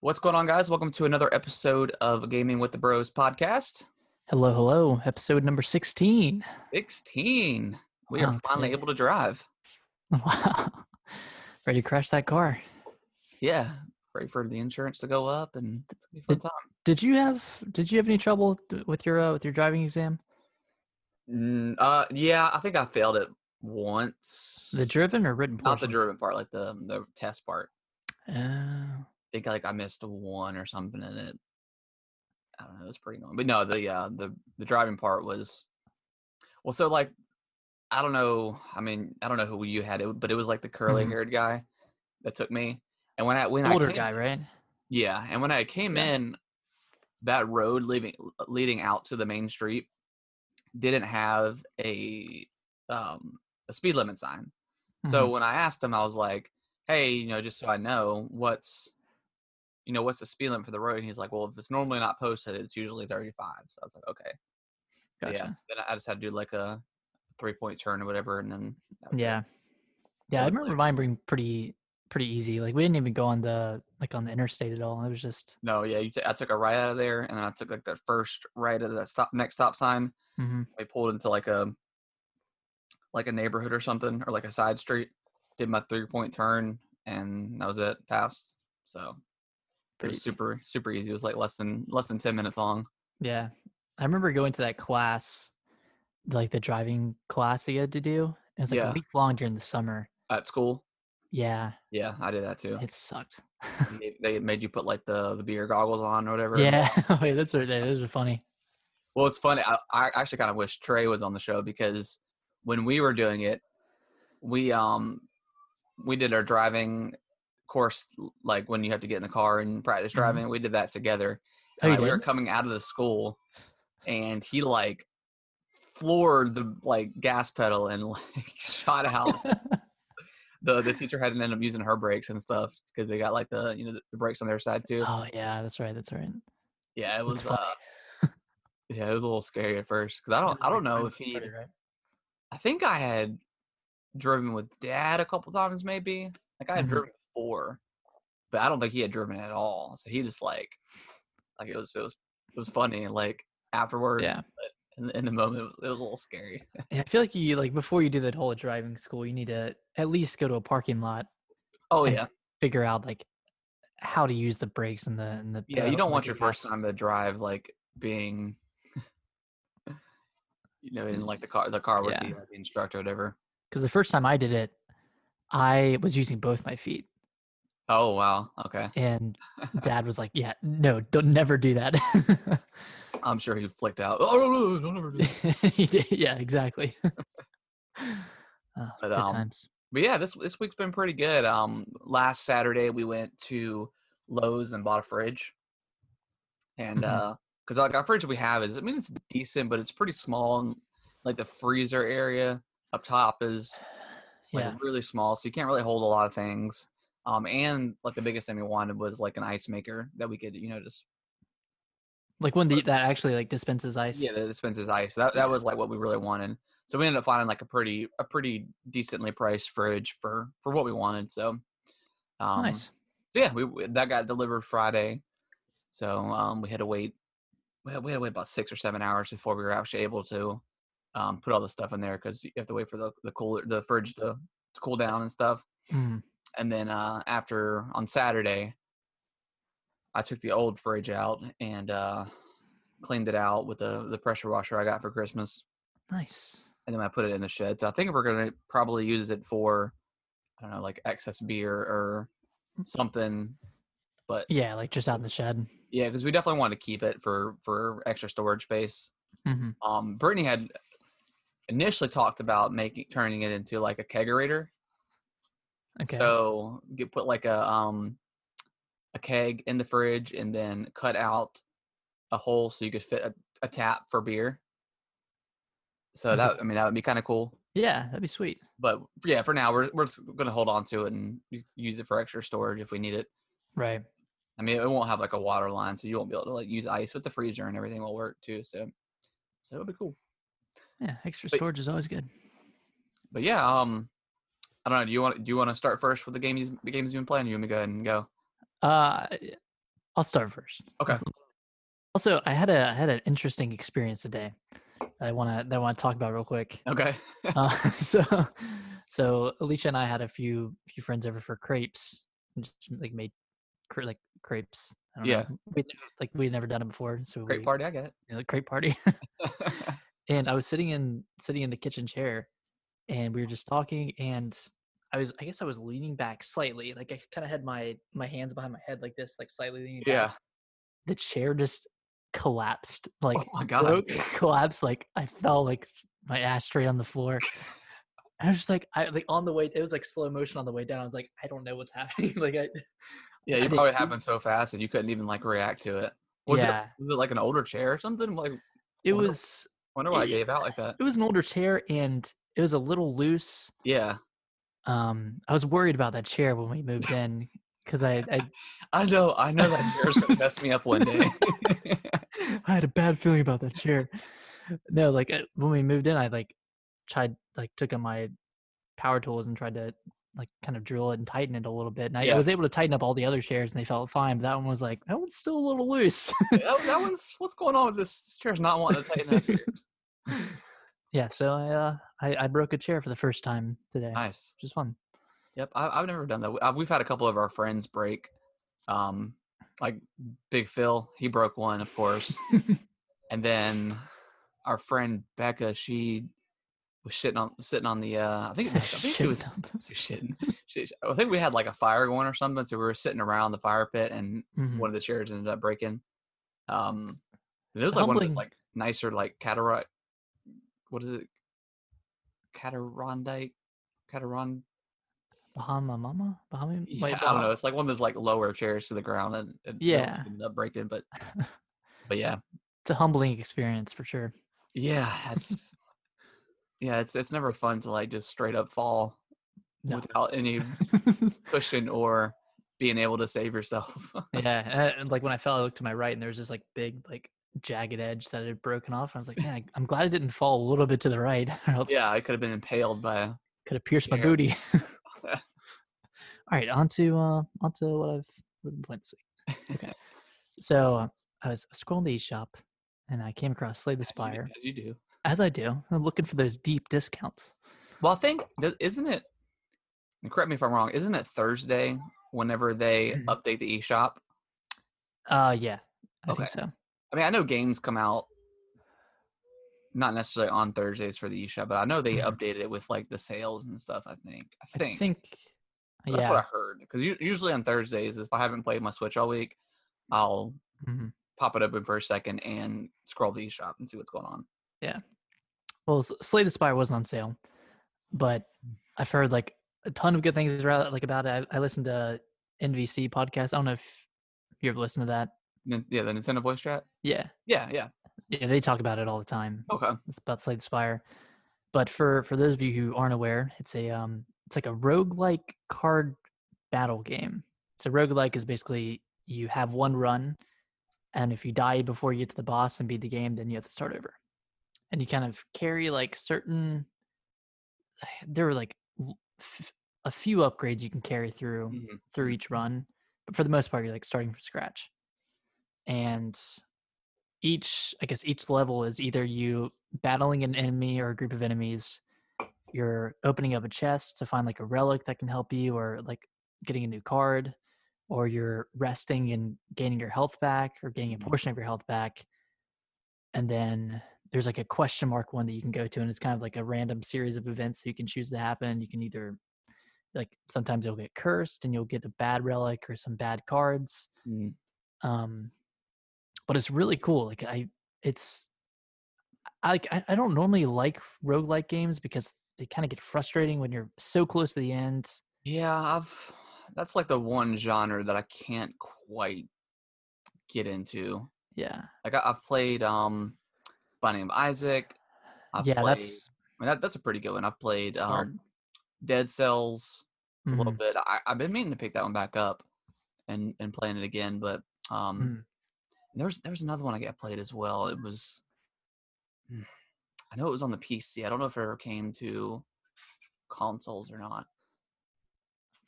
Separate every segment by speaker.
Speaker 1: What's going on, guys? Welcome to another episode of Gaming with the Bros podcast.
Speaker 2: Hello, hello. Episode number 16.
Speaker 1: 16. We
Speaker 2: Wow,
Speaker 1: are
Speaker 2: it's
Speaker 1: finally
Speaker 2: good.
Speaker 1: able to drive.
Speaker 2: Wow. Ready to crash that car.
Speaker 1: Yeah. Ready for the insurance to go up and it's going to be a fun time.
Speaker 2: Did you have did you have any trouble d- with your uh, with your driving exam?
Speaker 1: Mm, uh, yeah, I think I failed it once.
Speaker 2: The driven or written portion?
Speaker 1: Not the driven part, like the, the test part.
Speaker 2: Oh.
Speaker 1: I think like I missed one or something in it. I don't know. It was pretty annoying. But no, the uh, the the driving part was well. So like, I don't know. I mean, I don't know who you had, it, but it was like the curly haired guy that took me. And when I when I
Speaker 2: Mm-hmm. older
Speaker 1: came,
Speaker 2: guy, right?
Speaker 1: yeah, and when I came
Speaker 2: Yeah.
Speaker 1: in, that road leaving leading out to the main street didn't have a um a speed limit sign. So
Speaker 2: Mhm.
Speaker 1: when I asked him, I was like, "Hey, you know, just so I know, what's, you know, what's the speed limit for the road?" And he's like, "Well, if it's normally not posted, it's usually 35." So I was like, "Okay, But yeah."
Speaker 2: Mm-hmm. Gotcha.
Speaker 1: Then I- I just had to do like a three point turn or whatever, and then that was it.
Speaker 2: Yeah. Yeah, I
Speaker 1: was
Speaker 2: remember
Speaker 1: like-
Speaker 2: mine being pretty pretty easy. Like we didn't even go on the like on the interstate at all. It was just
Speaker 1: No, yeah, you t- I took a right out of there, and then I took like the first right at the stop next stop sign.
Speaker 2: mhm.
Speaker 1: We pulled into like a like a neighborhood or something, or like a side street. Did my three point turn, and that was it. Passed. So it
Speaker 2: pretty
Speaker 1: was super super easy. It was like less than less than ten minutes long.
Speaker 2: Yeah. I remember going to that class, like the driving class that you had to do. It was like
Speaker 1: Yeah.
Speaker 2: a week long during the summer.
Speaker 1: at school.
Speaker 2: Yeah.
Speaker 1: Yeah, I did that too.
Speaker 2: It sucked.
Speaker 1: And They, they made you put like the the beer goggles on or whatever.
Speaker 2: Yeah. Wait, that's what they Those are funny.
Speaker 1: Well, it's funny. I, I actually kind of wish Trey was on the show because when we were doing it, we um we did our driving course l- like when you have to get in the car and practice
Speaker 2: Mhm.
Speaker 1: driving. We did that together.
Speaker 2: Oh,
Speaker 1: And,
Speaker 2: you
Speaker 1: like, we were
Speaker 2: did?
Speaker 1: coming out of the school, and he like floored the like gas pedal and like shot out the the teacher had to end up using her brakes and stuff because they got like the you know the, the brakes on their side too.
Speaker 2: oh yeah, that's right. That's right.
Speaker 1: Yeah, it
Speaker 2: That's
Speaker 1: was.
Speaker 2: funny.
Speaker 1: Uh, yeah, it was a little scary at first because I don't. I don't know if he. I think I had driven with dad a couple times, maybe. Like I had
Speaker 2: Mhm.
Speaker 1: driven before, but I don't think he had driven at all. So he just like, like it was. It was. It was funny. Like afterwards.
Speaker 2: Yeah.
Speaker 1: But in, in the moment, it was, it was a little scary.
Speaker 2: Yeah, I feel like you like before you do that whole driving school, you need to at least go to a parking lot,
Speaker 1: Oh
Speaker 2: And-
Speaker 1: yeah.
Speaker 2: figure out like how to use the brakes and the and the
Speaker 1: Yeah,
Speaker 2: pedal-
Speaker 1: you don't
Speaker 2: the
Speaker 1: want your first
Speaker 2: gas.
Speaker 1: time to drive like being, you know, in like the car, the car with
Speaker 2: Mm-hmm. Yeah.
Speaker 1: the, uh, the instructor, or whatever.
Speaker 2: Because the first time I did it, I was using both my feet,
Speaker 1: Oh wow, okay.
Speaker 2: and Dad was like, "Yeah, no, don't never do that."
Speaker 1: I'm sure he flicked out. Oh, no, no, no, don't ever do that."
Speaker 2: He did- yeah, exactly. Uh,
Speaker 1: But,
Speaker 2: good
Speaker 1: um,
Speaker 2: times.
Speaker 1: But yeah, this this week's been pretty good. Um, last Saturday we went to Lowe's and bought a fridge, and
Speaker 2: Mhm.
Speaker 1: uh, because like our fridge we have is, I mean, it's decent, but it's pretty small, and like the freezer area up top is like
Speaker 2: Yeah.
Speaker 1: really small, so you can't really hold a lot of things. Um, and like the biggest thing we wanted was like an ice maker that we could, you know, just
Speaker 2: Like one that that actually like dispenses ice.
Speaker 1: yeah, that dispenses ice. That that was like what we really wanted. So we ended up finding like a pretty a pretty decently priced fridge for for what we wanted. So um,
Speaker 2: Oh, nice.
Speaker 1: So yeah, we we- that got delivered Friday. So um, we had to wait. We had, we had to wait about six or seven hours before we were actually able to um, put all the stuff in there because you have to wait for the the cooler the fridge to, to cool down and stuff.
Speaker 2: Mm.
Speaker 1: and then uh, after on Saturday, I took the old fridge out and uh, cleaned it out with the the pressure washer I got for Christmas,
Speaker 2: Nice.
Speaker 1: and then I put it in the shed. So I think we're gonna probably use it for I don't know like excess beer or something. But
Speaker 2: Yeah, like just out in the shed.
Speaker 1: yeah, because we definitely want to keep it for for extra storage space.
Speaker 2: hmm
Speaker 1: Um, Brittany had initially talked about making turning it into like a kegerator.
Speaker 2: Okay.
Speaker 1: So you put like a um a keg in the fridge and then cut out a hole so you could fit a, a tap for beer. So
Speaker 2: Okay.
Speaker 1: that I mean that would be kind of cool.
Speaker 2: yeah, that'd be sweet.
Speaker 1: But f- yeah, for now we're we're just gonna hold on to it and u- use it for extra storage if we need it.
Speaker 2: Right.
Speaker 1: I mean it won't have like a water line, so you won't be able to like use ice, but the freezer and everything will work too. So so it'll be cool.
Speaker 2: Yeah, extra
Speaker 1: But-
Speaker 2: storage is always good.
Speaker 1: But yeah, um, I don't know. Do you want do you want to start first with the game you the games you've been playing? Or you want me to go ahead and go?
Speaker 2: Uh, I'll start first.
Speaker 1: Okay.
Speaker 2: Also, I had a I had an interesting experience today. That I want to that I want to talk about real quick.
Speaker 1: Okay.
Speaker 2: Uh, so, so Alicia and I had a few few friends over for crepes. and Just like made cre- like crepes. I don't
Speaker 1: Yeah.
Speaker 2: know. We, like we had never done it before, so
Speaker 1: Great
Speaker 2: we,
Speaker 1: party. I get
Speaker 2: you know, crepe party.
Speaker 1: it.
Speaker 2: and I was sitting in sitting in the kitchen chair, and we were just talking. And I was I guess I was leaning back slightly, like I kind of had my my hands behind my head like this, like slightly leaning. back.
Speaker 1: yeah.
Speaker 2: The chair just collapsed. Like
Speaker 1: oh my god.
Speaker 2: broke, collapsed. Like I fell like s- my ashtray on the floor. I was just like, I like on the way. It was like slow motion on the way down. I was like, I don't know what's happening. like
Speaker 1: Yeah,
Speaker 2: I, I
Speaker 1: you
Speaker 2: didn't
Speaker 1: probably
Speaker 2: think-
Speaker 1: happened so fast and you couldn't even like react to it. Was
Speaker 2: Yeah.
Speaker 1: it was it like an older chair or something? Like
Speaker 2: it
Speaker 1: Wonder-
Speaker 2: was
Speaker 1: wonder why I
Speaker 2: Ye-
Speaker 1: gave out like that.
Speaker 2: it was an older chair and it was a little loose.
Speaker 1: Yeah.
Speaker 2: Um, I was worried about that chair when we moved in because I, I
Speaker 1: I know I know that chair's gonna mess me up one day.
Speaker 2: I had a bad feeling about that chair. No, like uh, when we moved in, I like tried like took out my power tools and tried to like kind of drill it and tighten it a little bit. And I,
Speaker 1: Yeah.
Speaker 2: I was able to tighten up all the other chairs and they felt fine. But that one was like that one's still a little loose.
Speaker 1: that, that one's what's going on with this, this chair's not wanting to tighten up here.
Speaker 2: yeah, so I uh I, I broke a chair for the first time today,
Speaker 1: Nice.
Speaker 2: which is fun.
Speaker 1: Yep, I, I've never done that. We- I've, we've had a couple of our friends break. Um, like Big Phil, he broke one, of course, and then our friend Becca, she was shitting on sitting on the. Uh, I think, it was- I think she
Speaker 2: Shit
Speaker 1: was
Speaker 2: done.
Speaker 1: she was shitting. She, I think we had like a fire going or something, so we were sitting around the fire pit, and
Speaker 2: Mhm.
Speaker 1: one of the chairs ended up breaking. Um, and it was
Speaker 2: I
Speaker 1: like
Speaker 2: don't
Speaker 1: one of those
Speaker 2: blame-
Speaker 1: like nicer like cataract. What is it? Catarondike, Catarond.
Speaker 2: Bahama Mama? Bahama
Speaker 1: Yeah, I
Speaker 2: uh,
Speaker 1: don't know. It's like one of those like lower chairs to the ground and, and no one
Speaker 2: Yeah.
Speaker 1: ended up breaking, but but yeah,
Speaker 2: It's a humbling experience for sure.
Speaker 1: yeah, that's yeah, it's it's never fun to like just straight up fall
Speaker 2: No.
Speaker 1: without any cushion or being able to save yourself.
Speaker 2: yeah, and I- and, like when I fell, I looked to my right, and there was this like big, like jagged edge that had broken off. And I was like, man, I'm glad I didn't fall a little bit to the right, or else
Speaker 1: yeah, I could have been impaled by. a-
Speaker 2: could have pierced my
Speaker 1: Yeah.
Speaker 2: booty. All right, on to uh, on to what I've what I've been playing this week. Okay, so uh, I was scrolling the eShop, and I came across Slay the
Speaker 1: as Ah, you do-
Speaker 2: Spire,
Speaker 1: as you do.
Speaker 2: as I do, I'm looking for those deep discounts.
Speaker 1: Well, I think th- isn't it? and Correct me if I'm wrong. Isn't it Thursday whenever they
Speaker 2: Mm-hmm.
Speaker 1: update the eShop?
Speaker 2: Uh, yeah, I think
Speaker 1: Okay.
Speaker 2: so.
Speaker 1: I mean, I know games come out not necessarily on Thursdays for the eShop, but I know they
Speaker 2: Mhm.
Speaker 1: updated it with like the sales and stuff. I think. I think.
Speaker 2: I think
Speaker 1: That's
Speaker 2: yeah.
Speaker 1: what I heard. Because usually on Thursdays, if I haven't played my Switch all week, I'll
Speaker 2: mhm.
Speaker 1: pop it open for a second and scroll the eShop and see what's going on.
Speaker 2: Well, S- Slay the Spire wasn't on sale, but I've heard like a ton of good things around like about it. I, I listened to NVC podcast. I don't know if you ever listened to that.
Speaker 1: Nin- Yeah, the Nintendo voice chat.
Speaker 2: Yeah,
Speaker 1: Yeah, yeah.
Speaker 2: yeah, they talk about it all the time.
Speaker 1: Okay.
Speaker 2: It's about Slay the Spire. But for for those of you who aren't aware, it's a um it's like a roguelike card battle game. So roguelike is basically you have one run and if you die before you get to the boss and beat the game, then you have to start over. And you kind of carry like certain there were like l- f- a few upgrades you can carry through
Speaker 1: Mhm.
Speaker 2: through each run, but for the most part, you're like starting from scratch. And each, I guess, each level is either you battling an enemy or a group of enemies, you're opening up a chest to find like a relic that can help you, or like getting a new card, or you're resting and gaining your health back, or gaining a
Speaker 1: Mhm.
Speaker 2: portion of your health back. And then there's like a question mark one that you can go to, and it's kind of like a random series of events that you can choose to happen. You can either like sometimes you'll get cursed and you'll get a bad relic or some bad cards
Speaker 1: Mm.
Speaker 2: um but it's really cool like i it's i like i I don't normally like roguelike games because they kind of get frustrating when you're so close to the end
Speaker 1: Yeah, I've. That's like the one genre that I can't quite get into.
Speaker 2: yeah
Speaker 1: Like I, I've played um, Binding of Isaac. I've
Speaker 2: yeah
Speaker 1: played,
Speaker 2: that's
Speaker 1: I mean, that, that's a pretty good one. I've played
Speaker 2: hard.
Speaker 1: um, Dead Cells. a little
Speaker 2: mhm.
Speaker 1: bit. I, I've been meaning to pick that one back up and and playing it again, but um,
Speaker 2: Mm.
Speaker 1: there's there's another one I got played as well. It was Mm, I know it was on the PC. I don't know if it ever came to consoles or not.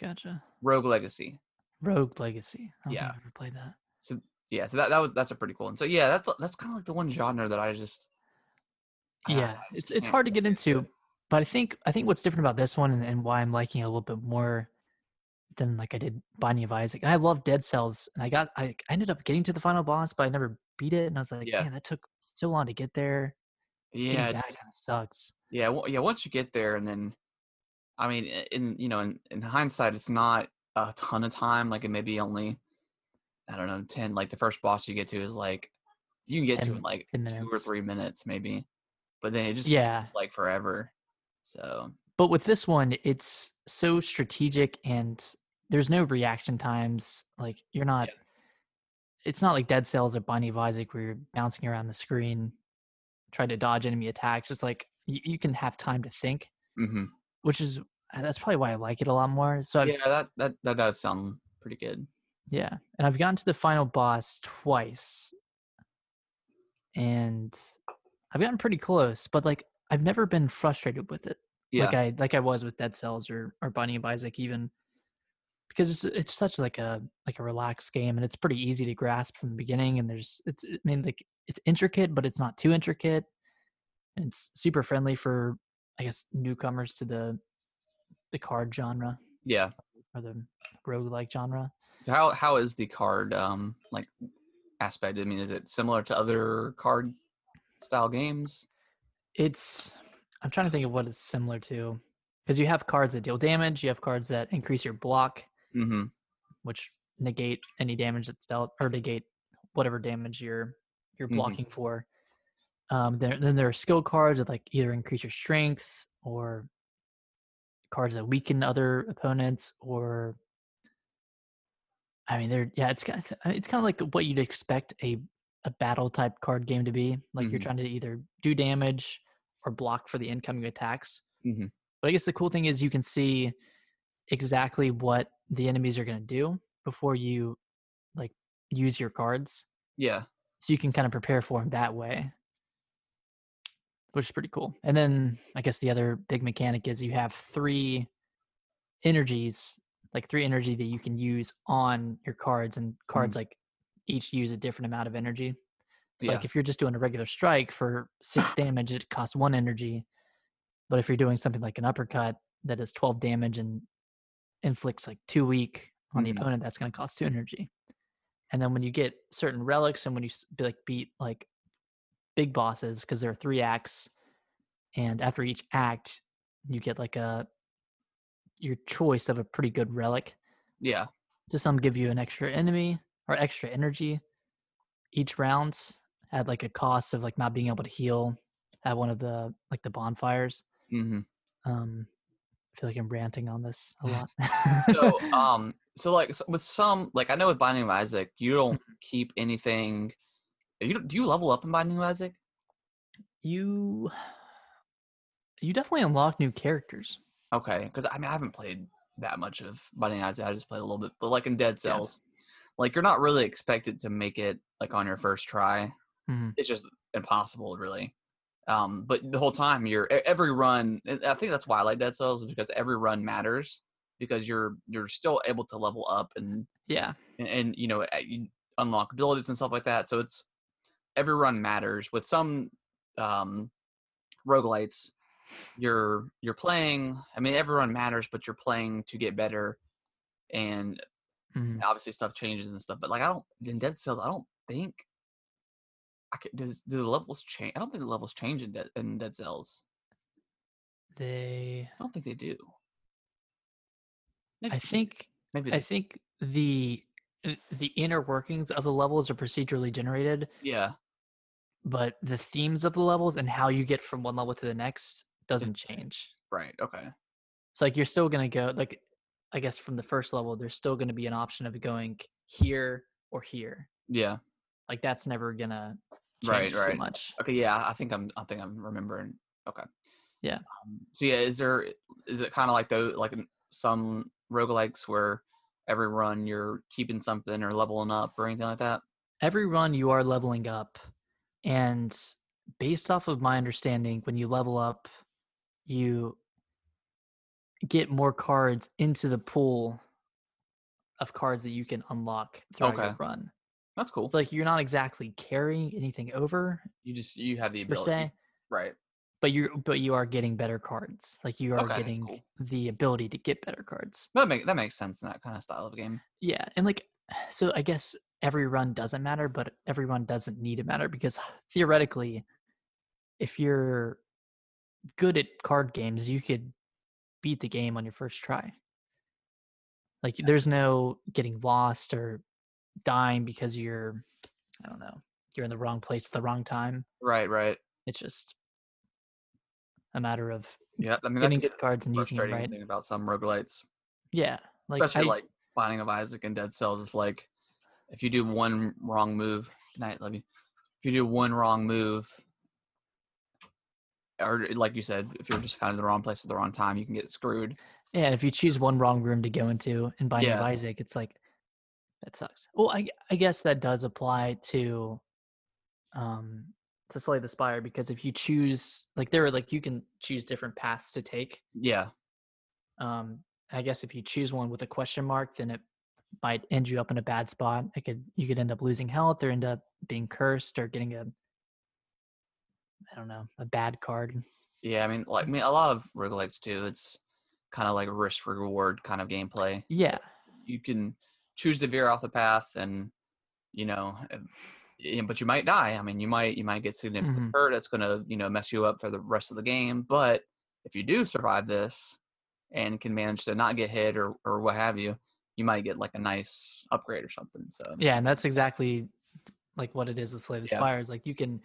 Speaker 2: gotcha
Speaker 1: Rogue Legacy.
Speaker 2: mm-hmm, rogue legacy I don't
Speaker 1: Yeah.
Speaker 2: think I've ever played that
Speaker 1: So yeah, so that, that was that's a pretty cool one. So yeah, that's that's kind of like the one genre that I just I- I
Speaker 2: yeah
Speaker 1: just
Speaker 2: it's it's
Speaker 1: can't
Speaker 2: hard to get
Speaker 1: really
Speaker 2: into but i think i think what's different about this one and, and why i'm liking it a little bit more than like i did binding of isaac and i love dead cells and i got i I ended up getting to the final boss but i never beat it and i was like
Speaker 1: Yeah.
Speaker 2: man that took so long to get there Getting
Speaker 1: Yeah,
Speaker 2: back
Speaker 1: it's,
Speaker 2: kind of sucks
Speaker 1: yeah, wo- yeah. Once you get there, and then I mean, i- in you know, in, in hindsight, it's not a ton of time. Like it may be only I don't know ten. Like the first boss you get to is like you can get to
Speaker 2: 10
Speaker 1: in like
Speaker 2: 10
Speaker 1: two or
Speaker 2: minutes.
Speaker 1: three minutes maybe, but then it just
Speaker 2: Yeah.
Speaker 1: feels like forever. So
Speaker 2: but with this one it's so strategic and there's no reaction times like you're not it's not like dead cells or bonnie of isaac where you're bouncing around the screen trying to dodge enemy attacks it's like you, you can have time to think
Speaker 1: hmm
Speaker 2: which is uh, that's probably why i like it a lot more so I've,
Speaker 1: yeah,
Speaker 2: yeah.
Speaker 1: that that that does sound pretty good.
Speaker 2: and i've gotten to the final boss twice and i've gotten pretty close but like i've never been frustrated with it
Speaker 1: Yeah,
Speaker 2: like I like I was with Dead Cells or or Bunny and Isaac even because it's it's such like a like a relaxed game and it's pretty easy to grasp from the beginning and there's it's I mean like it's intricate but it's not too intricate and it's super friendly for I guess newcomers to the the card genre
Speaker 1: yeah.
Speaker 2: or the roguelike genre.
Speaker 1: So how how is the card um like aspect? I mean, is it similar to other card style games?
Speaker 2: It's I'm trying to think of what it's similar to because you have cards that deal damage, you have cards that increase your block,
Speaker 1: hmm
Speaker 2: which negate any damage that's dealt or negate whatever damage you're you're
Speaker 1: Mhm.
Speaker 2: blocking for. Um, there, then there are skill cards that like either increase your strength or cards that weaken other opponents or I mean they're yeah it's kind of, it's kind of like what you'd expect a a battle type card game to be like you're
Speaker 1: Mhm.
Speaker 2: trying to either do damage or block for the incoming attacks
Speaker 1: Mhm.
Speaker 2: but I guess the cool thing is you can see exactly what the enemies are going to do before you like use your cards
Speaker 1: Yeah.
Speaker 2: so you can kind of prepare for them that way which is pretty cool and then i guess the other big mechanic is you have three energies like three energy that you can use on your cards and cards like each use a different amount of energy so
Speaker 1: yeah.
Speaker 2: like if you're just doing a regular strike for six damage it costs one energy but if you're doing something like an uppercut that is 12 damage and inflicts like two weak on
Speaker 1: Mhm.
Speaker 2: the opponent that's going to cost two energy and then when you get certain relics and when you s- be- like beat like big bosses because there are three acts and after each act you get like a your choice of a pretty good relic
Speaker 1: yeah.
Speaker 2: so some give you an extra enemy or extra energy each round at like a cost of like not being able to heal at one of the like the bonfires
Speaker 1: hmm
Speaker 2: um i feel like i'm ranting on this a lot
Speaker 1: So, um, so like s- with some, like I know with Binding of Isaac, you don't keep anything. You don't, do you level up in Binding of Isaac?
Speaker 2: you you definitely unlock new characters
Speaker 1: Okay, because I mean I haven't played that much of Binding of Isaac. I just played a little bit, but like in Dead
Speaker 2: Yeah.
Speaker 1: Cells, like you're not really expected to make it like on your first try.
Speaker 2: Mhm.
Speaker 1: It's just impossible, really. Um, but the whole time you're e- every run. and I think that's why I like Dead Cells is because every run matters because you're you're still able to level up and
Speaker 2: yeah
Speaker 1: and, and you know uh, you unlock abilities and stuff like that. So it's every run matters. With some um, roguelites, you're you're playing. I mean, every run matters, but you're playing to get better, and
Speaker 2: Mhm.
Speaker 1: obviously stuff changes and stuff. But like I don't in Dead Cells, I don't think. I could, does do the levels change? I don't think the levels change in Dead, in Dead Cells.
Speaker 2: they
Speaker 1: I don't think they do. Maybe
Speaker 2: i
Speaker 1: they do.
Speaker 2: think
Speaker 1: maybe
Speaker 2: i
Speaker 1: they,
Speaker 2: think the the inner workings of the levels are procedurally generated
Speaker 1: yeah
Speaker 2: but the themes of the levels and how you get from one level to the next doesn't
Speaker 1: different.
Speaker 2: change.
Speaker 1: right okay
Speaker 2: So like you're still gonna go like I guess from the first level, there's still gonna be an option of going here or here.
Speaker 1: yeah
Speaker 2: Like that's never gonna
Speaker 1: Right,
Speaker 2: change
Speaker 1: right.
Speaker 2: too much.
Speaker 1: Okay, yeah, I think I'm. I think I'm remembering. Okay.
Speaker 2: Yeah.
Speaker 1: Um, so yeah, is there? Is it kind of like though, like in some roguelikes where every run you're keeping something or leveling up or anything like that?
Speaker 2: Every run you are leveling up, and based off of my understanding, when you level up, you get more cards into the pool of cards that you can unlock throughout
Speaker 1: Okay.
Speaker 2: your run.
Speaker 1: That's cool.
Speaker 2: It's like you're not exactly carrying anything over
Speaker 1: You just you have the
Speaker 2: per
Speaker 1: ability,
Speaker 2: se,
Speaker 1: right?
Speaker 2: but you are but you are getting better cards. Like you are
Speaker 1: Okay, that's
Speaker 2: getting
Speaker 1: cool.
Speaker 2: the ability to get better cards.
Speaker 1: That make that makes sense in that kind of style of game.
Speaker 2: Yeah, and like so I guess every run doesn't matter, but every run doesn't need to matter because theoretically if you're good at card games, you could beat the game on your first try. Like there's no getting lost or dying because you're I don't know, you're in the wrong place at the wrong time.
Speaker 1: Right, right.
Speaker 2: It's just a matter of
Speaker 1: Yeah, I mean
Speaker 2: getting
Speaker 1: that's
Speaker 2: good cards and using them
Speaker 1: frustrating
Speaker 2: right.
Speaker 1: thing about some roguelites,
Speaker 2: Yeah. Like
Speaker 1: especially
Speaker 2: I-
Speaker 1: like Binding of Isaac and Dead Cells. It's like if you do one wrong move, good night, love you. If you do one wrong move, or like you said, if you're just kind of in the wrong place at the wrong time, you can get screwed.
Speaker 2: Yeah, and if you choose one wrong room to go into in Binding of
Speaker 1: Yeah.
Speaker 2: Isaac, it's like that sucks. Well, I I guess that does apply to um to Slay the Spire because if you choose like there are like you can choose different paths to take.
Speaker 1: Yeah,
Speaker 2: Um I guess if you choose one with a question mark, then it might end you up in a bad spot. It could you could end up losing health or end up being cursed or getting a I don't know, a bad card.
Speaker 1: yeah. I mean, like I mean, a lot of roguelites too. It's kind of like risk reward kind of gameplay.
Speaker 2: Yeah.
Speaker 1: you can choose to veer off the path and you know uh, yeah, but you might die i mean you might you might get significant
Speaker 2: Mhm.
Speaker 1: hurt it's going to you know mess you up for the rest of the game but if you do survive this and can manage to not get hit or or what have you you might get like a nice upgrade or something so
Speaker 2: Yeah, and that's exactly like what it is with Slay the
Speaker 1: Yeah.
Speaker 2: Spire. Is like you can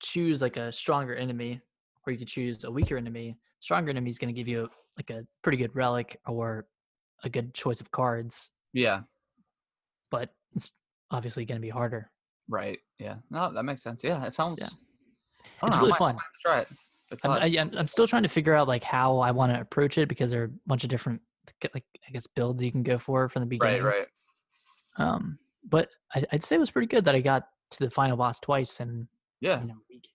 Speaker 2: choose like a stronger enemy, or you can choose a weaker enemy. Stronger enemy is going to give you like a pretty good relic or a good choice of cards,
Speaker 1: yeah
Speaker 2: but it's obviously going to be harder.
Speaker 1: right yeah no that makes sense yeah it sounds
Speaker 2: Yeah.
Speaker 1: I don't
Speaker 2: It's
Speaker 1: know, I
Speaker 2: really
Speaker 1: might- I
Speaker 2: fun.
Speaker 1: might have to try it it's
Speaker 2: I'm,
Speaker 1: uh,
Speaker 2: I, am i am still trying to figure out like how I want to approach it because there are a bunch of different like I guess builds you can go for from the
Speaker 1: right
Speaker 2: beginning.
Speaker 1: right
Speaker 2: Um, but I, I'd say it was pretty good that I got to the final boss twice and
Speaker 1: yeah
Speaker 2: you know a week.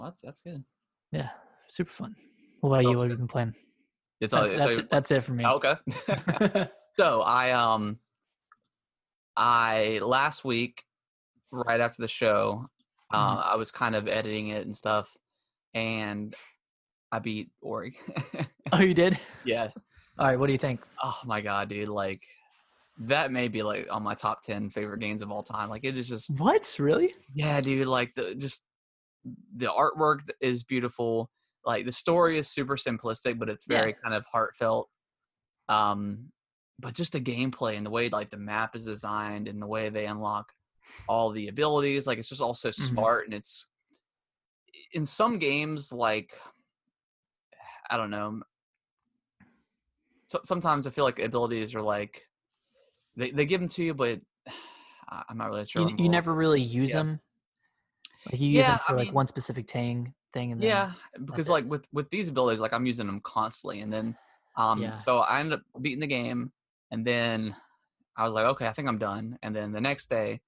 Speaker 1: well, that's that's good
Speaker 2: Yeah, super fun. What about you?
Speaker 1: Sounds
Speaker 2: What have you
Speaker 1: good.
Speaker 2: been playing?
Speaker 1: it's all
Speaker 2: That's, that's, it, that's it for me.
Speaker 1: okay So I um I last week, right after the show, uh, I was kind of editing it and stuff, and I beat Ori.
Speaker 2: oh, you did?
Speaker 1: yeah.
Speaker 2: All right. What do you think?
Speaker 1: Oh my god, dude! Like that may be like on my top ten favorite games of all time. Like it is just
Speaker 2: What? Really?
Speaker 1: yeah, dude. Like the just the artwork is beautiful. Like the story is super simplistic, but it's
Speaker 2: Yeah.
Speaker 1: very kind of heartfelt. Um, but just the gameplay and the way like the map is designed and the way they unlock all the abilities, like it's just all so
Speaker 2: Mhm.
Speaker 1: smart and it's in some games like I don't know. So, sometimes I feel like abilities are like they they give them to you, but I- I'm not really sure.
Speaker 2: You,
Speaker 1: I'm
Speaker 2: you
Speaker 1: going-
Speaker 2: never really use
Speaker 1: Yeah.
Speaker 2: them. Like you use
Speaker 1: Yeah,
Speaker 2: them
Speaker 1: I
Speaker 2: for like
Speaker 1: mean-
Speaker 2: one specific thing thing, and then
Speaker 1: yeah because
Speaker 2: it.
Speaker 1: like with with these abilities like i'm using them constantly and then um
Speaker 2: Yeah.
Speaker 1: so i ended up beating the game and then i was like okay i think i'm done and then the next day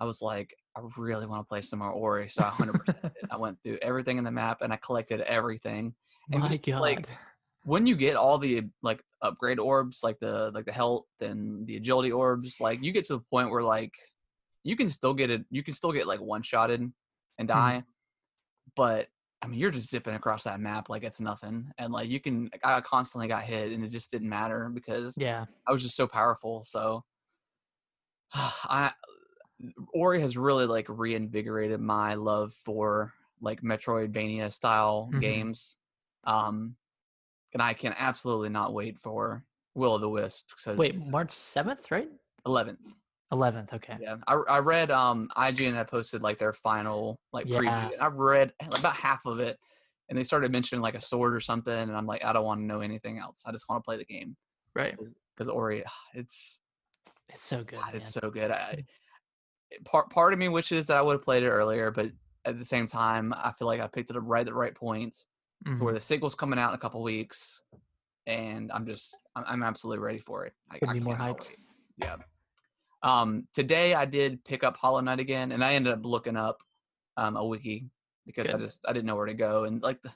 Speaker 1: i was like i really want to play some more ori so i 100% did. i went through everything in the map and i collected everything and
Speaker 2: my
Speaker 1: just,
Speaker 2: god.
Speaker 1: like, when you get all the like upgrade orbs like the like the health and the agility orbs like you get to the point where like you can still get it you can still get like one shotted and die but i mean you're just zipping across that map like it's nothing and like you can i constantly got hit and it just didn't matter because
Speaker 2: yeah.
Speaker 1: i was just so powerful so i ori has really like reinvigorated my love for like metroidvania style
Speaker 2: Mhm.
Speaker 1: games um and i can absolutely not wait for will of the wisp because
Speaker 2: Wait, March seventh, right?
Speaker 1: 11th
Speaker 2: Eleventh. Okay.
Speaker 1: yeah, I, I read um IGN had posted like their final like
Speaker 2: Yeah.
Speaker 1: preview. And I read about half of it, and they started mentioning like a sword or something, and I'm like, I don't want to know anything else. I just want to play the game
Speaker 2: Right.
Speaker 1: because Ori, it's
Speaker 2: It's so good.
Speaker 1: God,
Speaker 2: man.
Speaker 1: it's so good. I, eh, part part of me wishes that I would have played it earlier, but at the same time, I feel like I picked it up right at the right point to where
Speaker 2: Mhm.
Speaker 1: the sequel's coming out in a couple weeks, and I'm just I'm, I'm absolutely ready for it. I,
Speaker 2: Couldn't
Speaker 1: I
Speaker 2: be more
Speaker 1: cannot
Speaker 2: hyped.
Speaker 1: wait. Yeah. Um, today I did pick up Hollow Knight again, and I ended up looking up um, a wiki because I
Speaker 2: Good.
Speaker 1: just I didn't know where to go, and like the,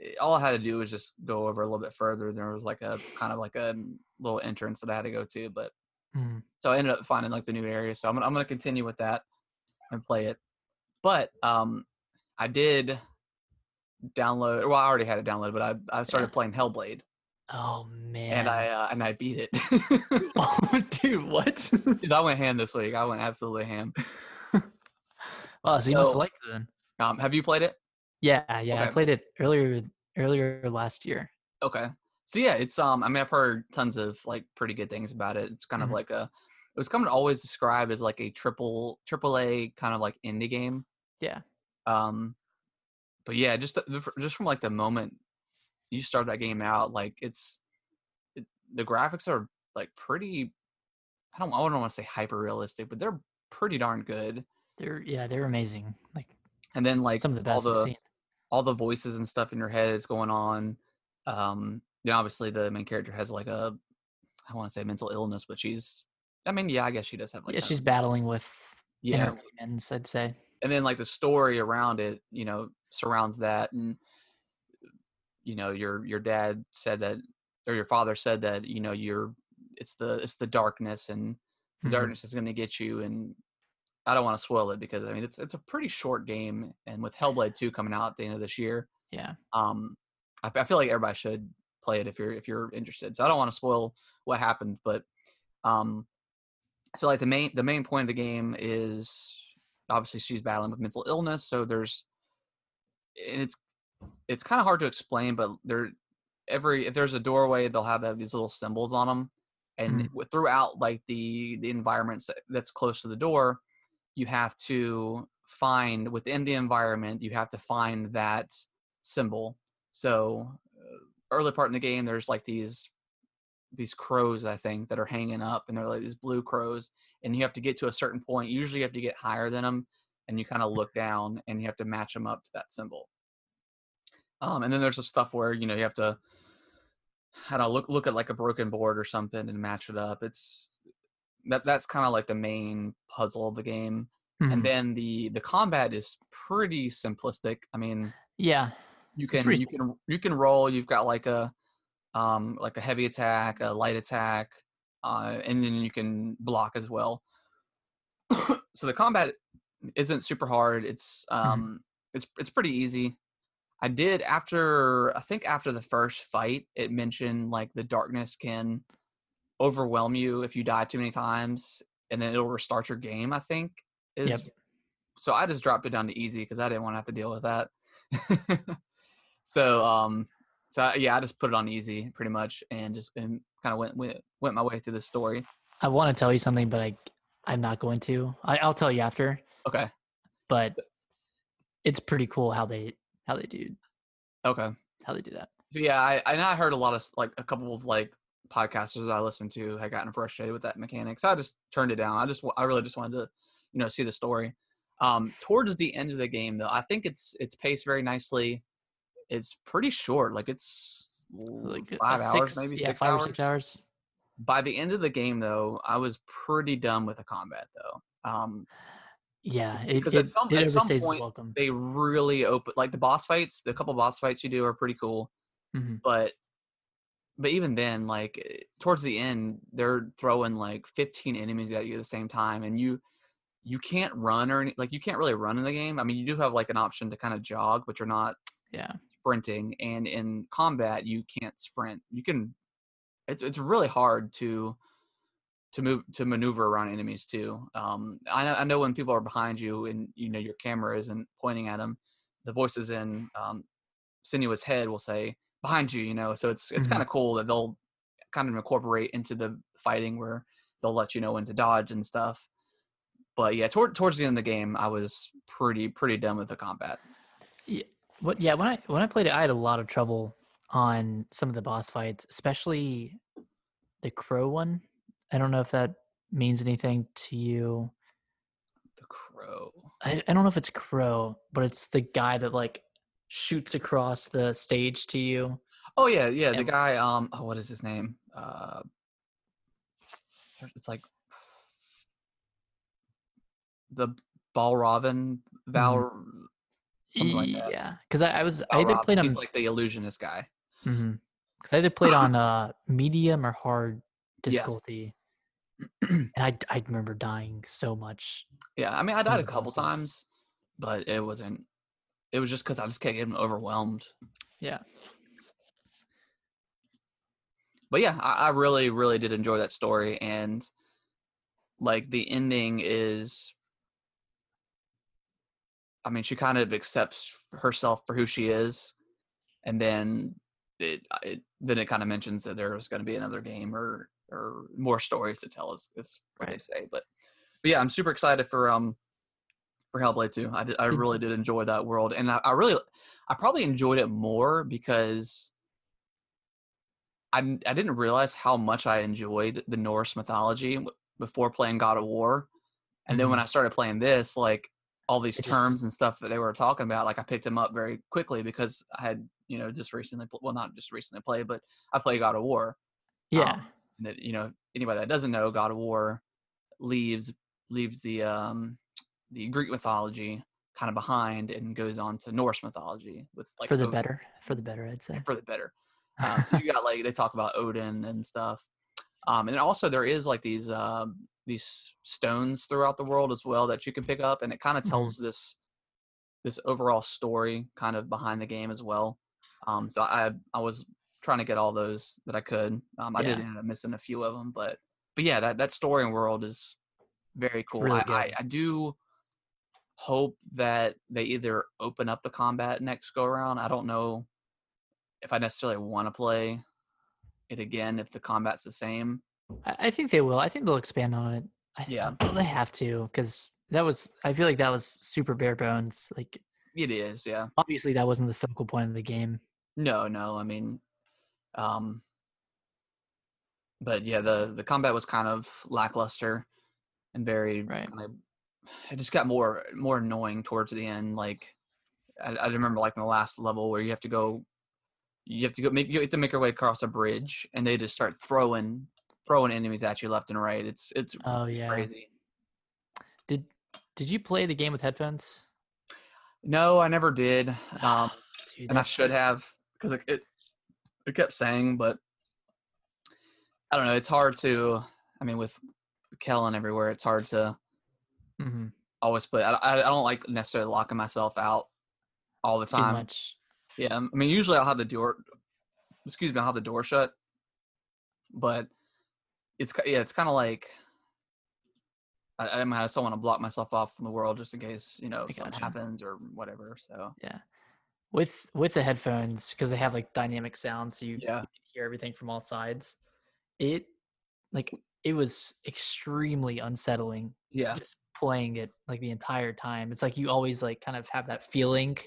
Speaker 1: eh, all I had to do was mm, just go over a little bit further. There was like a kind of like a little entrance that I had to go to, but
Speaker 2: Mm.
Speaker 1: So I ended up finding like the new area. So I'm gonna, I'm gonna continue with that and play it. But um, I did download. Well, I already had it downloaded, but I I started
Speaker 2: Yeah.
Speaker 1: playing Hellblade
Speaker 2: Oh man.
Speaker 1: and I uh, and I beat it.
Speaker 2: oh, dude, what?
Speaker 1: Dude, I went ham this week. I went absolutely ham.
Speaker 2: wow, so you must
Speaker 1: So-
Speaker 2: have liked it then.
Speaker 1: Um, have you played it?
Speaker 2: Yeah, yeah. I
Speaker 1: Okay.
Speaker 2: played it earlier earlier last year.
Speaker 1: Okay. So yeah, it's um I mean I've heard tons of like pretty good things about it. It's kind
Speaker 2: Mhm.
Speaker 1: of like a it was kind of always described as like a triple triple A kind of like indie game.
Speaker 2: Yeah.
Speaker 1: Um but yeah, just the, the, fr- just from like the moment you start that game out, like it's it, the graphics are like pretty I don't I don't want to say hyper realistic, but they're pretty darn good.
Speaker 2: They're yeah, they're amazing. Like,
Speaker 1: And then like
Speaker 2: some of the
Speaker 1: all
Speaker 2: best
Speaker 1: the
Speaker 2: I've seen.
Speaker 1: all the voices and stuff in your head is going on. Um, then obviously the main character has like a, I want to say mental illness, but she's, I mean, yeah, I guess she does have like,
Speaker 2: yeah,
Speaker 1: kind
Speaker 2: she's
Speaker 1: of-
Speaker 2: battling with
Speaker 1: yeah.
Speaker 2: inner demons, I'd say.
Speaker 1: And then like the story around it, you know, surrounds that, and you know, your your dad said that, or your father said that, you know, you're, it's the it's the darkness and the
Speaker 2: Mhm.
Speaker 1: darkness is going to get you and. I don't want to spoil it because I mean it's it's a pretty short game, and with Hellblade two coming out at the end of this year,
Speaker 2: Yeah.
Speaker 1: um I, f- I feel like everybody should play it if you're if you're interested so i don't want to spoil what happens but um so like the main the main point of the game is obviously she's battling with mental illness so there's and it's it's kind of hard to explain but there every if there's a doorway they'll have, uh, these little symbols on them and
Speaker 2: Mm.
Speaker 1: with- throughout like the the environments that- that's close to the door you have to find within the environment you have to find that symbol so uh, early part in the game there's like these these crows i think that are hanging up and they're like these blue crows and you have to get to a certain point usually you have to get higher than them and you kind of look down and you have to match them up to that symbol um, and then there's the stuff where you know you have to I don't know, look look at like a broken board or something and match it up. It's that that's kind of like the main puzzle of the game.
Speaker 2: Mhm.
Speaker 1: And then the the combat is pretty simplistic. I mean,
Speaker 2: yeah.
Speaker 1: you
Speaker 2: It's
Speaker 1: can
Speaker 2: pretty
Speaker 1: you can you can roll. You've got like a um like a heavy attack, a light attack, uh, and then you can block as well. so the combat isn't super hard. It's um it's it's pretty easy. I did after I think after the first fight, it mentioned like the darkness can overwhelm you if you die too many times, and then it'll restart your game. I think is
Speaker 2: Yep.
Speaker 1: so I just dropped it down to easy because I didn't want to have to deal with that. so um so I- yeah, I just put it on easy pretty much and just and kind of went, went went my way through the story.
Speaker 2: I want to tell you something, but I I'm not going to. I, I'll tell you after.
Speaker 1: Okay.
Speaker 2: But it's pretty cool how they how they do
Speaker 1: Okay.
Speaker 2: how they do that.
Speaker 1: So yeah, I and I heard a lot of s- like a couple of like podcasters I listened to had gotten frustrated with that mechanic, so I just turned it down. I just wa- I really just wanted to, you know, see the story. Um, towards the end of the game though, I think it's it's paced very nicely. It's pretty short, like it's
Speaker 2: Like uh,
Speaker 1: five hours,
Speaker 2: six-
Speaker 1: maybe
Speaker 2: yeah,
Speaker 1: six
Speaker 2: five
Speaker 1: hours.
Speaker 2: or six hours.
Speaker 1: By the end of the game though, I was pretty done with the combat though. Um,
Speaker 2: Yeah, it,
Speaker 1: Because
Speaker 2: it,
Speaker 1: at some-
Speaker 2: it
Speaker 1: at some
Speaker 2: overstays its
Speaker 1: point,
Speaker 2: welcome.
Speaker 1: they really open like the boss fights. The couple boss fights you do are pretty cool
Speaker 2: Mhm.
Speaker 1: but but even then like eh, towards the end they're throwing like 15 enemies at you at the same time and you you can't run or any, like you can't really run in the game i mean you do have like an option to kind of jog but you're not
Speaker 2: Yeah,
Speaker 1: sprinting and in combat you can't sprint you can it's it's really hard to to move to maneuver around enemies too um i know, I know when people are behind you and you know your camera isn't pointing at them the voices in um sinuous head will say behind you you know so it's it's
Speaker 2: Mhm.
Speaker 1: kind of cool that they'll kind of incorporate into the fighting where they'll let you know when to dodge and stuff but yeah toward, towards the end of the game i was pretty pretty done with the combat
Speaker 2: what? Yeah, when I when I played it, I had a lot of trouble on some of the boss fights, especially the crow one. I don't know if that means anything to you.
Speaker 1: the crow
Speaker 2: I, I don't know if it's crow, but it's the guy that like shoots across the stage to you.
Speaker 1: oh yeah yeah the
Speaker 2: And-
Speaker 1: guy um oh what is his name uh it's like the balrovin
Speaker 2: Mm-hmm.
Speaker 1: val something like that
Speaker 2: Yeah, because I, I was I either
Speaker 1: Balrovin,
Speaker 2: played on mm-hmm,
Speaker 1: he's like the illusionist guy
Speaker 2: because I either played on uh medium or hard
Speaker 1: Yeah.
Speaker 2: difficulty, and I I remember dying so much.
Speaker 1: Yeah, I mean, I died a
Speaker 2: Somebody
Speaker 1: couple
Speaker 2: else's.
Speaker 1: times, but it wasn't. It was just because I just kept getting overwhelmed.
Speaker 2: Yeah.
Speaker 1: But yeah, I, I really, really did enjoy that story, and like the ending is. I mean, she kind of accepts herself for who she is, and then it, uh, it then it kind of mentions that there's going to be another game or or more stories to tell. Is, is what
Speaker 2: Right.
Speaker 1: they say, but but yeah, I'm super excited for um for Hellblade 2. I did, I
Speaker 2: Did-
Speaker 1: really did enjoy that world, and I, I really I probably enjoyed it more because I n- I didn't realize how much I enjoyed the Norse mythology w- before playing God of War, and then when I started playing this, like all these
Speaker 2: It just-
Speaker 1: terms and stuff that they were talking about, like I picked them up very quickly because I had you know just recently pl- well not just recently played, but I played God of War.
Speaker 2: Yeah.
Speaker 1: Um, and that, you know, anybody that doesn't know, God of War leaves leaves the um the Greek mythology kind of behind and goes on to Norse mythology with like
Speaker 2: for the
Speaker 1: Odin-
Speaker 2: better. For the better, I'd say.
Speaker 1: for the better. Um, so you got like they talk about Odin and stuff, um, and also there is like these um, these stones throughout the world as well that you can pick up, and it kind of
Speaker 2: Mhm.
Speaker 1: tells this this overall story kind of behind the game as well. Um, so I I was trying to get all those that I could. Um, I did
Speaker 2: Yeah.
Speaker 1: end up missing a few of them, but but yeah, that that story and world is very cool.
Speaker 2: Really
Speaker 1: I, I
Speaker 2: good.
Speaker 1: I do hope that they either open up the combat next go around. I don't know if I necessarily want to play it again if the combat's the same.
Speaker 2: I, I think they will. I think they'll expand on it. I, th-
Speaker 1: Yeah.
Speaker 2: well, they have to because that was. I feel like that was super bare bones. Like
Speaker 1: It is, yeah.
Speaker 2: obviously that wasn't the focal point of the game.
Speaker 1: No, no. I mean, um, but yeah, the the combat was kind of lackluster and very
Speaker 2: Right.
Speaker 1: kind of. It just got more more annoying towards the end. Like, I, I remember like in the last level where you have to go, you have to go make you have to make your way across a bridge, and they just start throwing throwing enemies at you left and right. It's it's
Speaker 2: Oh yeah.
Speaker 1: crazy.
Speaker 2: Did Did you play the game with headphones?
Speaker 1: No, I never did. Um,
Speaker 2: Dude,
Speaker 1: and I
Speaker 2: that's-
Speaker 1: should have because it, it it kept saying, but I don't know. It's hard to. I mean, with Kellen everywhere, it's hard to
Speaker 2: Mhm,
Speaker 1: always play. I, I I don't like necessarily locking myself out all the
Speaker 2: too
Speaker 1: time.
Speaker 2: much.
Speaker 1: Yeah, um, I mean, usually I'll have the door. Excuse me, I'll have the door shut. But it's ki- yeah, it's kind of like I, I, mean, I just don't want to block myself off from the world just in case you know something
Speaker 2: gotcha.
Speaker 1: happens or whatever. So
Speaker 2: With with the headphones because they have like dynamic sound, so you
Speaker 1: yeah,
Speaker 2: hear everything from all sides. It like it was extremely unsettling
Speaker 1: yeah.
Speaker 2: just playing it like the entire time. It's like you always like kind of have that feeling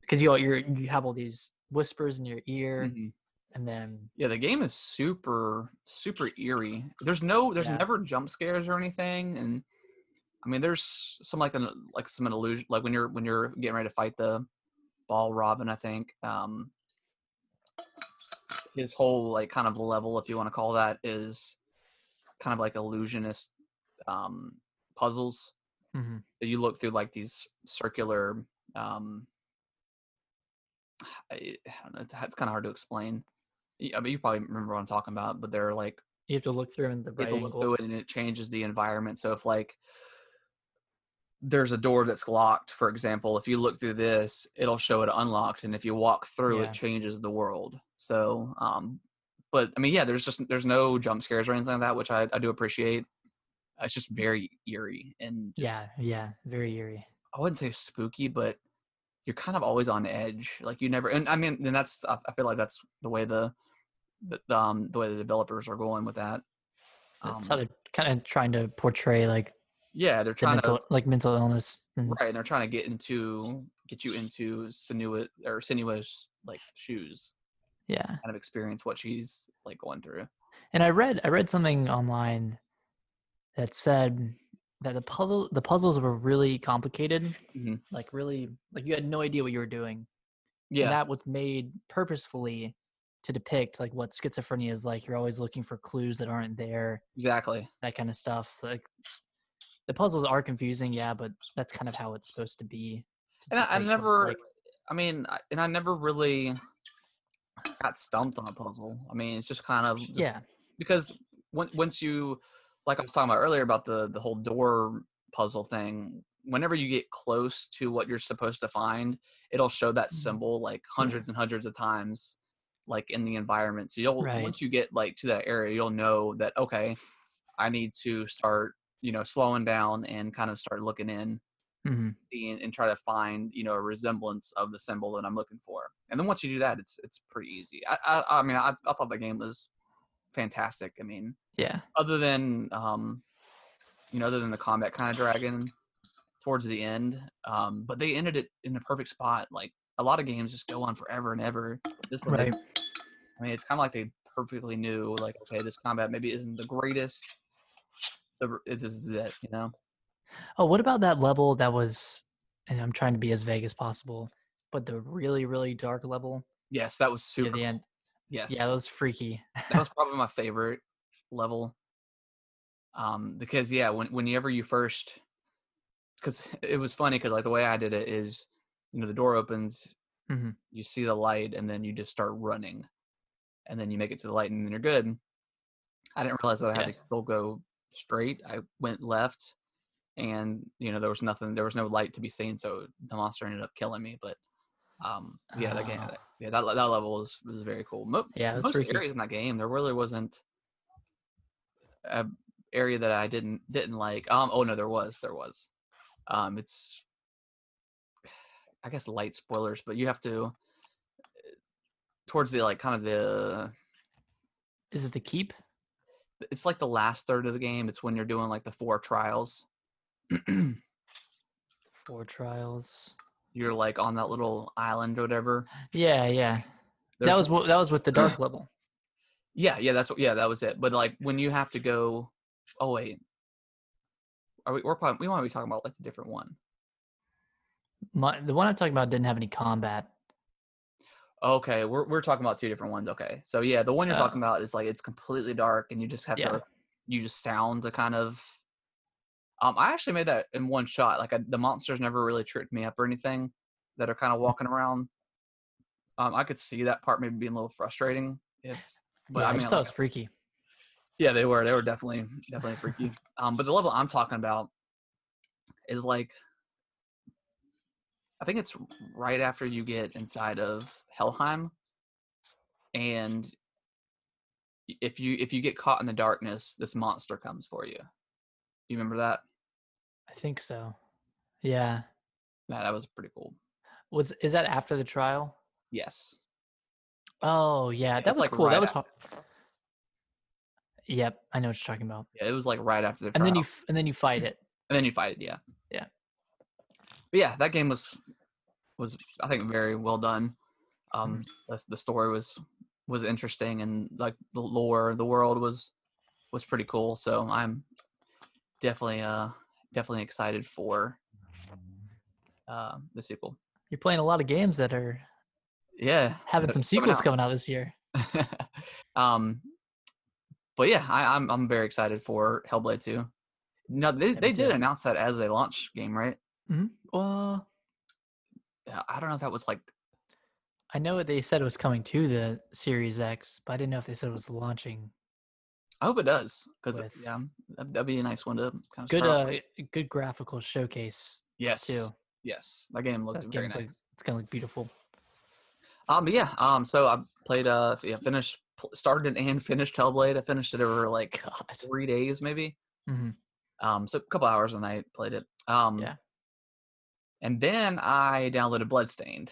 Speaker 2: because you all you're, you have all these whispers in your ear,
Speaker 1: mhm.
Speaker 2: and then
Speaker 1: Yeah, the game is super super eerie. There's no there's
Speaker 2: Yeah.
Speaker 1: never jump scares or anything and I mean there's some like an like some illusion like when you're when you're getting ready to fight the ball robin I think um his whole like kind of level if you want to call that is kind of like illusionist um puzzles
Speaker 2: Mhm.
Speaker 1: that you look through like these circular um I, I don't know, it's, it's kind of hard to explain Y- i mean you probably remember what i'm talking about but they're like
Speaker 2: you have to look through in the
Speaker 1: you
Speaker 2: right
Speaker 1: have to look
Speaker 2: angle.
Speaker 1: through it and it changes the environment so if like there's a door that's locked for example if you look through this it'll show it unlocked and if you walk through
Speaker 2: Yeah.
Speaker 1: it changes the world so um but i mean yeah there's just there's no jump scares or anything like that which i, I do appreciate it's just very eerie and just,
Speaker 2: yeah, yeah, very eerie.
Speaker 1: I wouldn't say spooky, but you're kind of always on edge. Like you never, and I mean, and that's I I feel like that's the way the, the the, um the way the developers are going with that.
Speaker 2: That's
Speaker 1: Um,
Speaker 2: how they're kind of trying to portray like
Speaker 1: yeah, they're
Speaker 2: the
Speaker 1: trying
Speaker 2: mental like mental illness.
Speaker 1: to
Speaker 2: And
Speaker 1: right, and
Speaker 2: s-
Speaker 1: they're trying to get into get you into Sinua or Sinua's like shoes,
Speaker 2: yeah,
Speaker 1: kind of experience what she's like going through.
Speaker 2: and I read I read something online that said that the puzzle the puzzles were really complicated,
Speaker 1: Mhm.
Speaker 2: like really like you had no idea what you were doing.
Speaker 1: Yeah,
Speaker 2: and that was made purposefully to depict like what schizophrenia is like you're always looking for clues that aren't there
Speaker 1: exactly.
Speaker 2: that kind of stuff like the puzzles are confusing yeah but that's kind of how it's supposed to be to
Speaker 1: And I, I
Speaker 2: depict what it's
Speaker 1: never,
Speaker 2: like.
Speaker 1: I mean, I, and I never really got stumped on a puzzle. I mean, it's just kind of just
Speaker 2: yeah
Speaker 1: because on- once you like I was talking about earlier about the the whole door puzzle thing. Whenever you get close to what you're supposed to find, it'll show that
Speaker 2: Mhm.
Speaker 1: symbol like hundreds and hundreds of times, like in the environment. So you'll
Speaker 2: Right.
Speaker 1: once you get like to that area, you'll know that okay, I need to start you know slowing down and kind of start looking in
Speaker 2: hmm
Speaker 1: and, and try to find you know a resemblance of the symbol that I'm looking for. And then once you do that, it's it's pretty easy. I I, I mean I, I thought the game was fantastic. I mean
Speaker 2: Yeah.
Speaker 1: other than um you know other than the combat kind of dragon towards the end, um but they ended it in the perfect spot. Like a lot of games just go on forever and ever. This one, they-
Speaker 2: Right.
Speaker 1: I mean it's kind of like they perfectly knew like okay this combat maybe isn't the greatest. The, this is it, you know.
Speaker 2: Oh, what about that level that was? And I'm trying to be as vague as possible, but the really, really dark level
Speaker 1: Yes, that was super.
Speaker 2: near the end.
Speaker 1: Yes.
Speaker 2: Yeah, that was freaky.
Speaker 1: that was probably my favorite level um because yeah when, whenever you first because it was funny because like the way i did it is you know the door opens
Speaker 2: Mhm.
Speaker 1: you see the light and then you just start running and then you make it to the light and then you're good i didn't realize that i had
Speaker 2: Yeah.
Speaker 1: to still go straight i went left and you know there was nothing there was no light to be seen so the monster ended up killing me but um yeah that game
Speaker 2: Oh.
Speaker 1: that- yeah that, that level was was very cool Mo-
Speaker 2: Yeah, it was
Speaker 1: most
Speaker 2: freaky.
Speaker 1: areas in that game there really wasn't a area that I didn't didn't like. Um oh no there was there was. Um it's I guess light spoilers, but you have to eh, towards the like kind of the
Speaker 2: Is it the keep?
Speaker 1: it's like the last third of the game. It's when you're doing like the four trials.
Speaker 2: Four trials.
Speaker 1: you're like on that little island or whatever.
Speaker 2: Yeah, yeah.
Speaker 1: There's-
Speaker 2: that was what that was with the dark level.
Speaker 1: Yeah, yeah, that's what, yeah, that was it. But like when you have to go, oh wait, are we we're probably, we want to be talking about like a different one.
Speaker 2: My, the one I'm talking about didn't have any combat.
Speaker 1: Okay, we're we're talking about two different ones. Okay, so yeah, the one you're talking about is like it's completely dark and you just have
Speaker 2: Yeah.
Speaker 1: to you just sound to kind of. Um, I actually made that in one shot. Like I, the monsters never really tripped me up or anything, that are kind
Speaker 2: Mm.
Speaker 1: of walking around. Um, I could see that part maybe being a little frustrating if, but
Speaker 2: But yeah,
Speaker 1: I
Speaker 2: I,
Speaker 1: mean,
Speaker 2: just
Speaker 1: like,
Speaker 2: thought it was freaky.
Speaker 1: yeah, they were. They were definitely definitely freaky. Um, but the level I'm talking about is like I think it's right after you get inside of Helheim, and y- if you if you get caught in the darkness, this monster comes for you. You remember that?
Speaker 2: I think so. Yeah.
Speaker 1: Nah, that was pretty cool.
Speaker 2: Was is that after the trial?
Speaker 1: Yes.
Speaker 2: Oh yeah,
Speaker 1: it's
Speaker 2: that was
Speaker 1: like
Speaker 2: cool.
Speaker 1: right
Speaker 2: that was hard. Yep, I know what you're talking about.
Speaker 1: Yeah, it was like right after the
Speaker 2: And
Speaker 1: trial.
Speaker 2: then you f- and then you fight it.
Speaker 1: and then you fight it. Yeah.
Speaker 2: Yeah.
Speaker 1: But yeah, that game was was I think very well done.
Speaker 2: Mm-hmm.
Speaker 1: Um, the, the story was was interesting and like the lore, of the world was was pretty cool. So I'm definitely uh definitely excited for uh, the sequel.
Speaker 2: You're playing a lot of games that are
Speaker 1: Yeah,
Speaker 2: having
Speaker 1: that
Speaker 2: some
Speaker 1: is coming
Speaker 2: sequels
Speaker 1: out.
Speaker 2: coming out this year.
Speaker 1: um, but yeah, I, I'm I'm very excited for Hellblade 2. No, they
Speaker 2: me
Speaker 1: they did
Speaker 2: too.
Speaker 1: announce that as a launch game, right?
Speaker 2: Well,
Speaker 1: Uh, I don't know if that was like
Speaker 2: I know they said it was coming to the Series X, but I didn't know if they said it was launching.
Speaker 1: I hope it does because
Speaker 2: with-
Speaker 1: yeah, that'd, that'd be a nice one to kind of
Speaker 2: Good,
Speaker 1: start off
Speaker 2: uh,
Speaker 1: with.
Speaker 2: good graphical showcase
Speaker 1: yes,
Speaker 2: too.
Speaker 1: yes, that game looked
Speaker 2: That
Speaker 1: very
Speaker 2: game's
Speaker 1: nice.
Speaker 2: like- It's gonna look beautiful.
Speaker 1: Um, but yeah, um, so I played uh, yeah, finished, pl- started and finished Hellblade. I finished it over like
Speaker 2: God.
Speaker 1: three days maybe.
Speaker 2: Mhm.
Speaker 1: Um, so a couple hours a night played it. Um,
Speaker 2: Yeah.
Speaker 1: And then I downloaded Bloodstained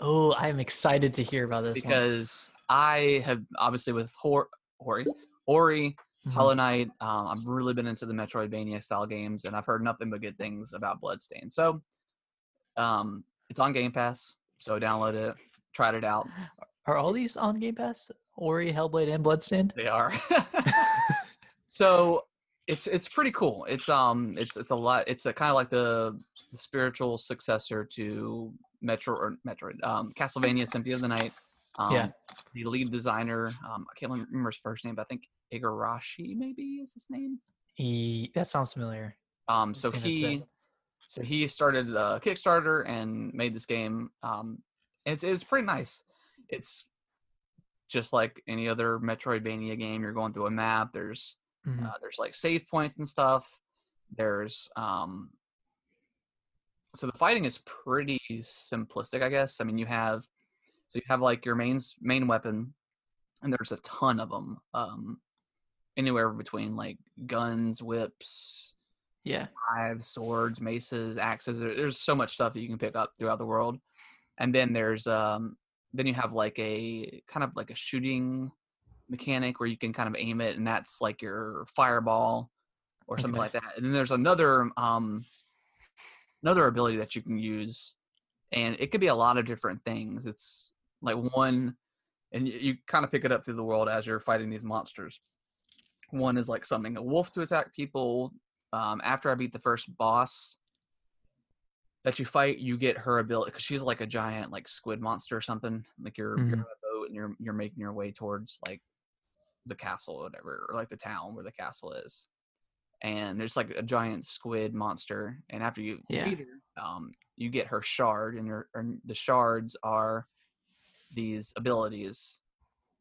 Speaker 2: Oh, I'm excited to hear about this one.
Speaker 1: because I have obviously with Hor- Hori, Ori,
Speaker 2: Mhm.
Speaker 1: Hollow Knight. Um, I've really been into the Metroidvania style games, and I've heard nothing but good things about Bloodstained. So, um, it's on Game Pass, so download it, tried it out.
Speaker 2: Are all these on Game Pass? Ori, Hellblade, and Bloodstained?
Speaker 1: They are. so, it's it's pretty cool. It's um, it's it's a lot. It's a kind of like the, the spiritual successor to Metro or Metroid, um, Castlevania: Symphony of the Night. Um,
Speaker 2: Yeah.
Speaker 1: The lead designer, um, I can't remember his first name, but I think Igarashi maybe is his name.
Speaker 2: E- that sounds familiar.
Speaker 1: Um, so
Speaker 2: think that's
Speaker 1: he,
Speaker 2: it.
Speaker 1: so he started a Kickstarter and made this game. Um, and it's it's pretty nice. It's just like any other Metroidvania game, you're going through a map. There's
Speaker 2: Mhm.
Speaker 1: uh, there's like save points and stuff. There's um, so the fighting is pretty simplistic, I guess. I mean, you have so you have like your main s- main weapon, and there's a ton of them. Um, anywhere between like guns, whips,
Speaker 2: Yeah.
Speaker 1: knives, swords, maces, axes. There- There's so much stuff that you can pick up throughout the world. And then there's um then you have like a kind of like a shooting mechanic where you can kind of aim it and that's like your fireball or something
Speaker 2: Okay.
Speaker 1: like that. And then there's another um another ability that you can use and it could be a lot of different things. It's like one and you, you kind of pick it up through the world as you're fighting these monsters. One is like something a wolf to attack people, um, after I beat the first boss that you fight, you get her ability because she's like a giant like squid monster or something. Like you're you're on
Speaker 2: Mhm.
Speaker 1: a boat and you're you're making your way towards like the castle or whatever, or like the town where the castle is. And there's like a giant squid monster, and after you
Speaker 2: Yeah.
Speaker 1: defeat her, um, you get her shard, and your and the shards are these abilities,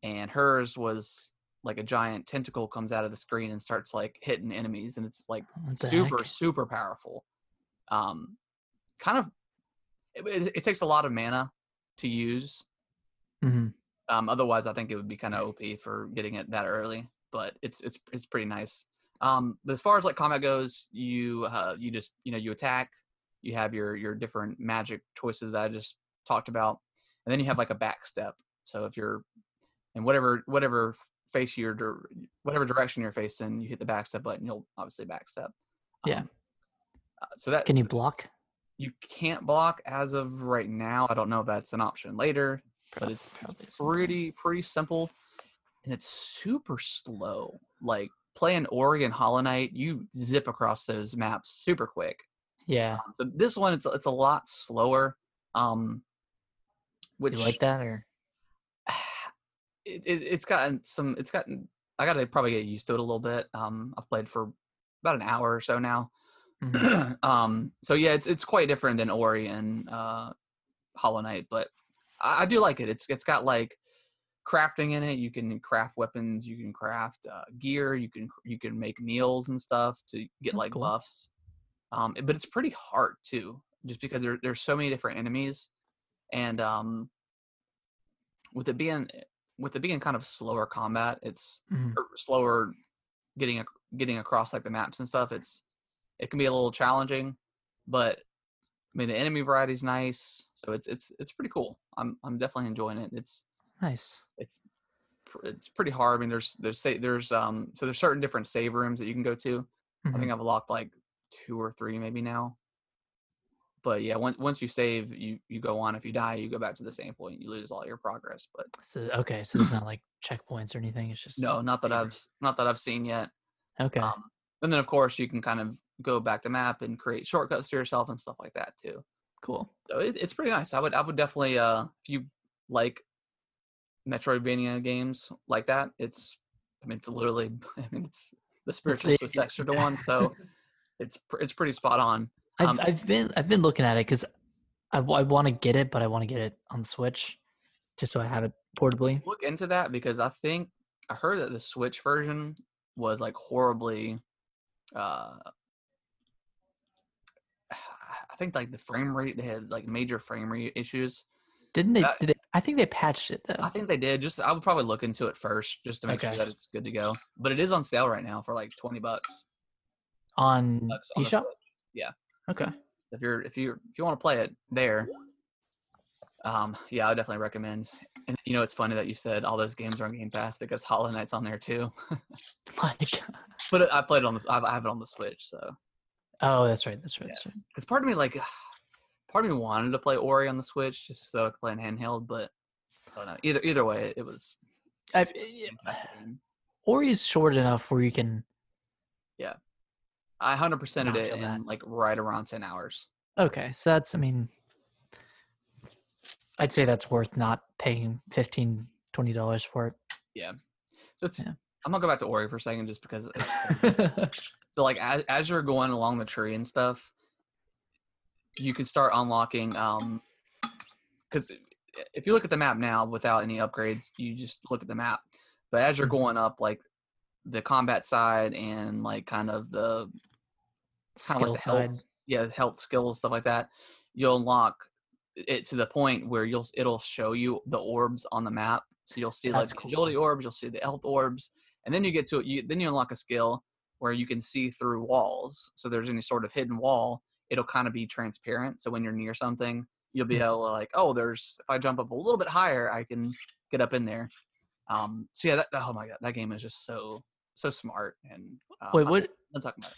Speaker 1: and hers was like a giant tentacle comes out of the screen and starts like hitting enemies, and it's like
Speaker 2: What the
Speaker 1: super
Speaker 2: heck?
Speaker 1: super powerful um kind of it, it, it takes a lot of mana to use
Speaker 2: Mhm.
Speaker 1: um otherwise i think it would be
Speaker 2: Mm.
Speaker 1: kind of op for getting it that early but it's it's it's pretty nice um but as far as like combat goes you uh you just you know you attack you have your your different magic choices that i just talked about and then you have like a back step so if you're in whatever whatever face you're dir- whatever direction you're facing you hit the back step button you'll obviously back step
Speaker 2: Yeah.
Speaker 1: Um, uh, so that
Speaker 2: Can you block?
Speaker 1: you can't block as of right now i don't know if that's an option later but it's
Speaker 2: Probably isn't.
Speaker 1: pretty pretty simple and it's super slow like playing oregon hollow knight you zip across those maps super quick
Speaker 2: Yeah.
Speaker 1: Um, so this one it's, it's a lot slower um which
Speaker 2: You like that or?
Speaker 1: it, it, it's gotten some it's gotten i gotta probably get used to it a little bit um i've played for about an hour or so now
Speaker 2: Mhm.
Speaker 1: um so yeah it's it's quite different than ori and uh hollow knight but I, I do like it it's it's got like crafting in it you can craft weapons you can craft uh, gear you can you can make meals and stuff to get
Speaker 2: That's
Speaker 1: like
Speaker 2: cool.
Speaker 1: buffs um but it's pretty hard too just because there, there's so many different enemies and um with it being with it being kind of slower combat it's
Speaker 2: Mhm.
Speaker 1: or slower getting ac- getting across like the maps and stuff it's it can be a little challenging but i mean the enemy variety's nice so it's it's it's pretty cool i'm i'm definitely enjoying it it's
Speaker 2: Nice.
Speaker 1: it's pr- it's pretty hard i mean there's there's sa- there's um so there's certain different save rooms that you can go to
Speaker 2: Mm-hmm.
Speaker 1: i think i've locked like two or three maybe now but yeah once once you save you you go on if you die you go back to the same point you lose all your progress but
Speaker 2: So, okay, so it's not like checkpoints or anything. It's just
Speaker 1: no not that
Speaker 2: save
Speaker 1: i've
Speaker 2: rooms.
Speaker 1: s- not that i've seen yet
Speaker 2: okay.
Speaker 1: Um, and then of course you can kind of go back to map and create shortcuts to yourself and stuff like that too.
Speaker 2: cool.
Speaker 1: So it, it's pretty nice. I would I would definitely uh if you like Metroidvania games like that, it's I mean it's literally I mean it's the spiritual
Speaker 2: see,
Speaker 1: successor to
Speaker 2: yeah.
Speaker 1: one, so it's pr- it's pretty spot on.
Speaker 2: I've
Speaker 1: um,
Speaker 2: I've been I've been looking at it because I, w- I want to get it, but I want to get it on the Switch, just so I have it portably.
Speaker 1: Look into that because I think I heard that the Switch version was like horribly uh I think like the frame rate they had like major frame rate issues.
Speaker 2: Didn't they?
Speaker 1: That-
Speaker 2: Did they, I think they patched it though.
Speaker 1: Uh, I think they did. Just I would probably look into it first, just to make
Speaker 2: Okay.
Speaker 1: sure that it's good to go. But it is on sale right now for like twenty bucks.
Speaker 2: on
Speaker 1: bucks on the
Speaker 2: eShop.
Speaker 1: Switch. yeah.
Speaker 2: Okay.
Speaker 1: If you're if you if you want to play it there, um, yeah, I would definitely recommend. And you know, it's funny that you said all those games are on Game Pass because Hollow Knight's on there too.
Speaker 2: My God.
Speaker 1: but I played it on this. I have it on the Switch, so
Speaker 2: Oh, that's right. That's right.
Speaker 1: Yeah.
Speaker 2: That's right.
Speaker 1: because part of me like, part of me wanted to play Ori on the Switch just so I could play it handheld. But I don't know. Either either way, it was
Speaker 2: I've, eh,
Speaker 1: Game Pass game.
Speaker 2: Ori is short enough where you can.
Speaker 1: I hundred percented
Speaker 2: I
Speaker 1: it
Speaker 2: feel
Speaker 1: in
Speaker 2: that.
Speaker 1: like right around ten hours.
Speaker 2: Okay, so that's. I mean, I'd say that's worth not paying 15 dollars for it.
Speaker 1: So it's,
Speaker 2: Yeah.
Speaker 1: I'm gonna go back to Ori for a second, just because. it's-
Speaker 2: okay.
Speaker 1: so like as as you're going along the tree and stuff, you can start unlocking um, because if you look at the map now without any upgrades, you just look at the map. But as you're
Speaker 2: Mhm.
Speaker 1: going up, like the combat side and like kind of the kind of
Speaker 2: Skill
Speaker 1: like the
Speaker 2: side.
Speaker 1: health, yeah, health skills stuff like that, you'll unlock it to the point where you'll it'll show you the orbs on the map. So you'll see
Speaker 2: That's
Speaker 1: like the
Speaker 2: cool.
Speaker 1: agility orbs, you'll see the health orbs, and then you get to it. You, then you unlock a skill where you can see through walls. So there's any sort of hidden wall, it'll kind of be transparent. So when you're near something, you'll be
Speaker 2: Mhm.
Speaker 1: able to like, oh, there's if I jump up a little bit higher, I can get up in there. Um, so yeah, that, oh my god, that game is just so so smart and um,
Speaker 2: Wait, what?
Speaker 1: I'm talking about. it.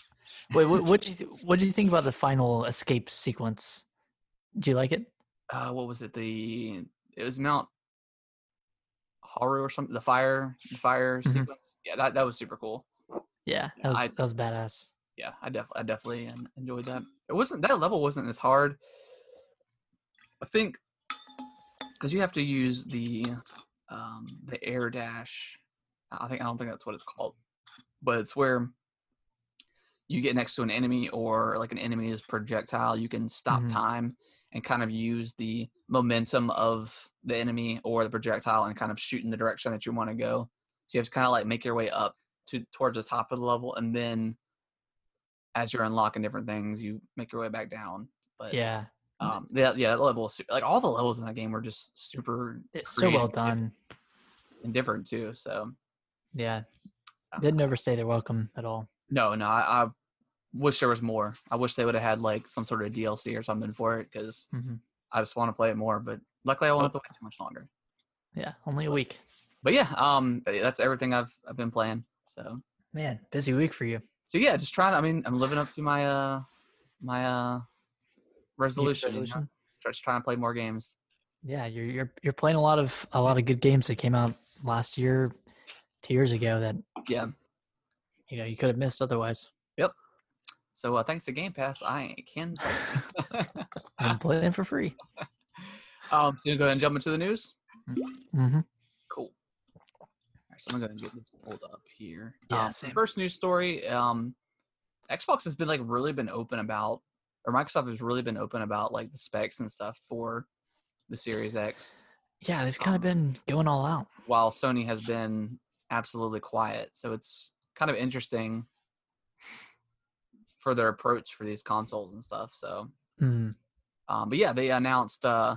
Speaker 2: Wait, what? What do you? th- What do you think about the final escape sequence? Do you like it?
Speaker 1: uh, what was it? The it was Mount Haru or something. The fire, the fire
Speaker 2: Mhm.
Speaker 1: sequence. Yeah, that that was super cool.
Speaker 2: Yeah,
Speaker 1: Yeah,
Speaker 2: that was
Speaker 1: I-
Speaker 2: that was badass.
Speaker 1: Yeah, I definitely, I definitely en- enjoyed that. It wasn't that level wasn't as hard. I think because you have to use the um, the air dash. I think I don't think that's what it's called, but it's where you get next to an enemy or like an enemy's projectile. You can stop
Speaker 2: Mhm.
Speaker 1: time and kind of use the momentum of the enemy or the projectile and kind of shoot in the direction that you want to go. So you have to kind of like make your way up to towards the top of the level, and then as you're unlocking different things, you make your way back down. But
Speaker 2: Yeah,
Speaker 1: um, yeah, yeah, that level, was su- like all the levels in that game were just super
Speaker 2: it's eh, so well
Speaker 1: creative.
Speaker 2: done.
Speaker 1: and different too. So
Speaker 2: Yeah,
Speaker 1: uh,
Speaker 2: they'd never say they're welcome at all.
Speaker 1: no, no, I, I wish there was more. I wish they would have had like some sort of DLC or something for it because
Speaker 2: Mhm.
Speaker 1: I just want to play it more. But luckily, I won't have to wait too much longer.
Speaker 2: Yeah, only a week.
Speaker 1: But yeah, um, that's everything I've I've been playing. So
Speaker 2: Man, busy week for you.
Speaker 1: so yeah, just trying. I mean, I'm living up to my uh my uh
Speaker 2: New
Speaker 1: resolution. you know? Just trying to play more games.
Speaker 2: Yeah, you're you're you're playing a lot of a lot of good games that came out last year, two years ago that
Speaker 1: Yeah.
Speaker 2: you know you could have missed otherwise.
Speaker 1: So uh, thanks to Game Pass, I can. play.
Speaker 2: I'm playing for free.
Speaker 1: um, so you go ahead and jump into the news.
Speaker 2: Mm-hmm.
Speaker 1: Cool. All right, so I'm gonna get this pulled up here.
Speaker 2: Yeah,
Speaker 1: Um, so
Speaker 2: same.
Speaker 1: first news story. Um, Xbox has been like really been open about, or Microsoft has really been open about like the specs and stuff for the Series X,
Speaker 2: Yeah, they've
Speaker 1: Um,
Speaker 2: kind of been going all out.
Speaker 1: while Sony has been absolutely quiet. So it's kind of interesting for their approach for these consoles and stuff. So,
Speaker 2: Mm.
Speaker 1: um, but yeah, they announced uh,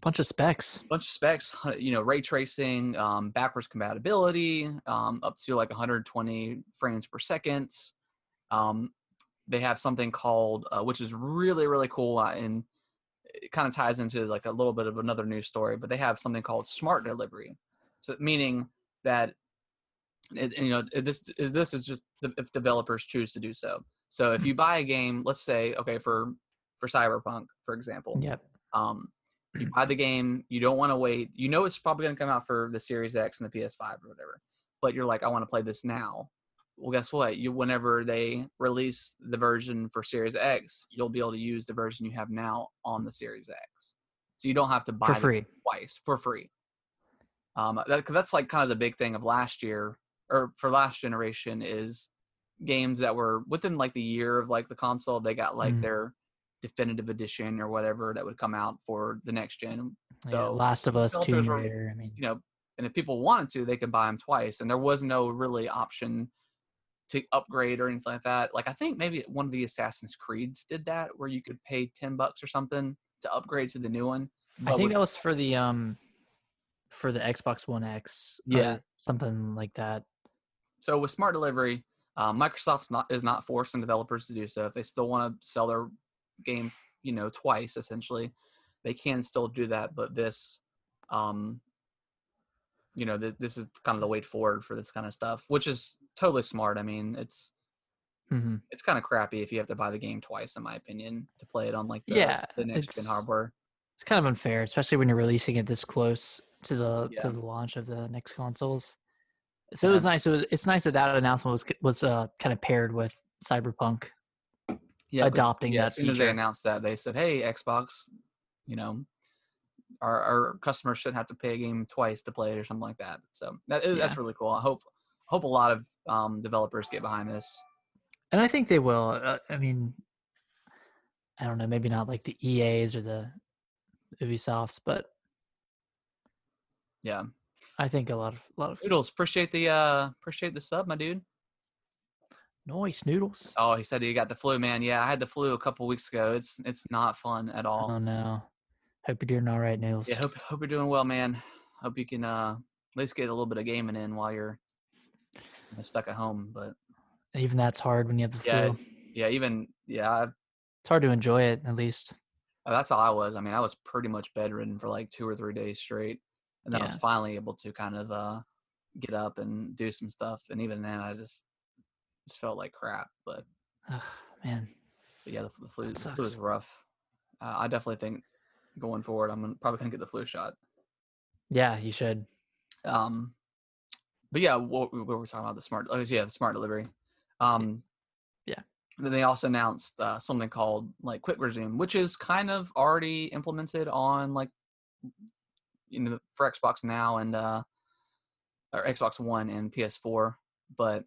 Speaker 2: bunch of specs.
Speaker 1: bunch of specs hu- you know ray tracing um, backwards compatibility um, up to like 120 frames per second um, they have something called uh, which is really really cool uh, and it kind of ties into like a little bit of another news story but they have something called smart delivery so meaning that it, you know it- this it- this is just the- if developers choose to do so so if you buy a game let's say okay for for cyberpunk for example
Speaker 2: Yep.
Speaker 1: um, you buy the game, you don't want to wait. You know it's probably going to come out for the Series X and the PS5 or whatever, but you're like, I want to play this now. Well, guess what? You whenever they release the version for Series X, you'll be able to use the version you have now on the Series X, so you don't have to buy
Speaker 2: For
Speaker 1: the
Speaker 2: free.
Speaker 1: twice for free. Um, that, 'cause that's like kind of the big thing of last year or for last generation is games that were within like the year of like the console, they got like
Speaker 2: Mm.
Speaker 1: their definitive edition or whatever that would come out for the next gen.
Speaker 2: Yeah,
Speaker 1: So
Speaker 2: Last of Us,
Speaker 1: developers
Speaker 2: Tomb
Speaker 1: are-
Speaker 2: Raider. I mean,
Speaker 1: you know, and if people wanted to, they could buy them twice. And there was no really option to upgrade or anything like that. Like I think maybe one of the Assassin's Creeds did that, where you could pay ten bucks or something to upgrade to the new one.
Speaker 2: I
Speaker 1: but
Speaker 2: think
Speaker 1: with-
Speaker 2: that was for the um, for the Xbox One X. or
Speaker 1: Yeah.
Speaker 2: something like that.
Speaker 1: So with smart delivery, uh, Microsoft not, is not forcing developers to do so. If they still want to sell their game, you know, twice essentially, they can still do that. But this, um, you know, th- this is kind of the way forward for this kind of stuff, which is totally smart. I mean, it's
Speaker 2: hmm
Speaker 1: it's kind of crappy if you have to buy the game twice, in my opinion, to play it on like the,
Speaker 2: Yeah,
Speaker 1: the next gen
Speaker 2: it's-
Speaker 1: hardware.
Speaker 2: It's kind of unfair, especially when you're releasing it this close to the
Speaker 1: Yeah.
Speaker 2: to the launch of the next consoles. So it was nice. It was, it's nice that that announcement was was uh, kind of paired with Cyberpunk.
Speaker 1: Yeah, 'cause-
Speaker 2: adopting
Speaker 1: yeah,
Speaker 2: that
Speaker 1: As soon as they
Speaker 2: feature.
Speaker 1: announced that, they said, "Hey, Xbox, you know, our, our customers shouldn't have to pay a game twice to play it or something like that." So that, it- that's
Speaker 2: Yeah.
Speaker 1: really cool. I hope hope a lot of um, developers get behind this.
Speaker 2: And I think they will. Uh, I mean, E I don't know, maybe not like the EAs or the Ubisofts, but
Speaker 1: Yeah.
Speaker 2: I think a lot of a lot of
Speaker 1: Noodles, appreciate the uh appreciate the sub, my dude.
Speaker 2: noise noodles.
Speaker 1: Oh, he said he got the flu, man. Yeah, I had the flu a couple weeks ago. It's it's not fun at all.
Speaker 2: Oh no. Hope you're doing all right, Noodles.
Speaker 1: Yeah, hope hope you're doing well, man. Hope you can uh at least get a little bit of gaming in while you're you know, stuck at home. But
Speaker 2: Even that's hard when you have the
Speaker 1: Yeah,
Speaker 2: flu.
Speaker 1: yeah, even yeah, I,
Speaker 2: It's hard to enjoy it at least.
Speaker 1: Oh, that's how I was. I mean, I was pretty much bedridden for like two or three days straight, and then I was
Speaker 2: Yeah.
Speaker 1: finally able to kind of uh get up and do some stuff. And even then, I just just felt like crap. But
Speaker 2: Ugh, man.
Speaker 1: But yeah, the, f- the flu,
Speaker 2: That
Speaker 1: the flu is
Speaker 2: sucks.
Speaker 1: rough. Uh, I definitely think going forward, I'm gonna- probably gonna get the flu shot.
Speaker 2: Yeah, you should.
Speaker 1: Um, but yeah, what, what were we talking about? The smart, oh yeah, the smart delivery. Um,
Speaker 2: Yeah.
Speaker 1: and then they also announced uh, something called like quick resume, which is kind of already implemented on like you know for Xbox now and uh or Xbox One and PS4, but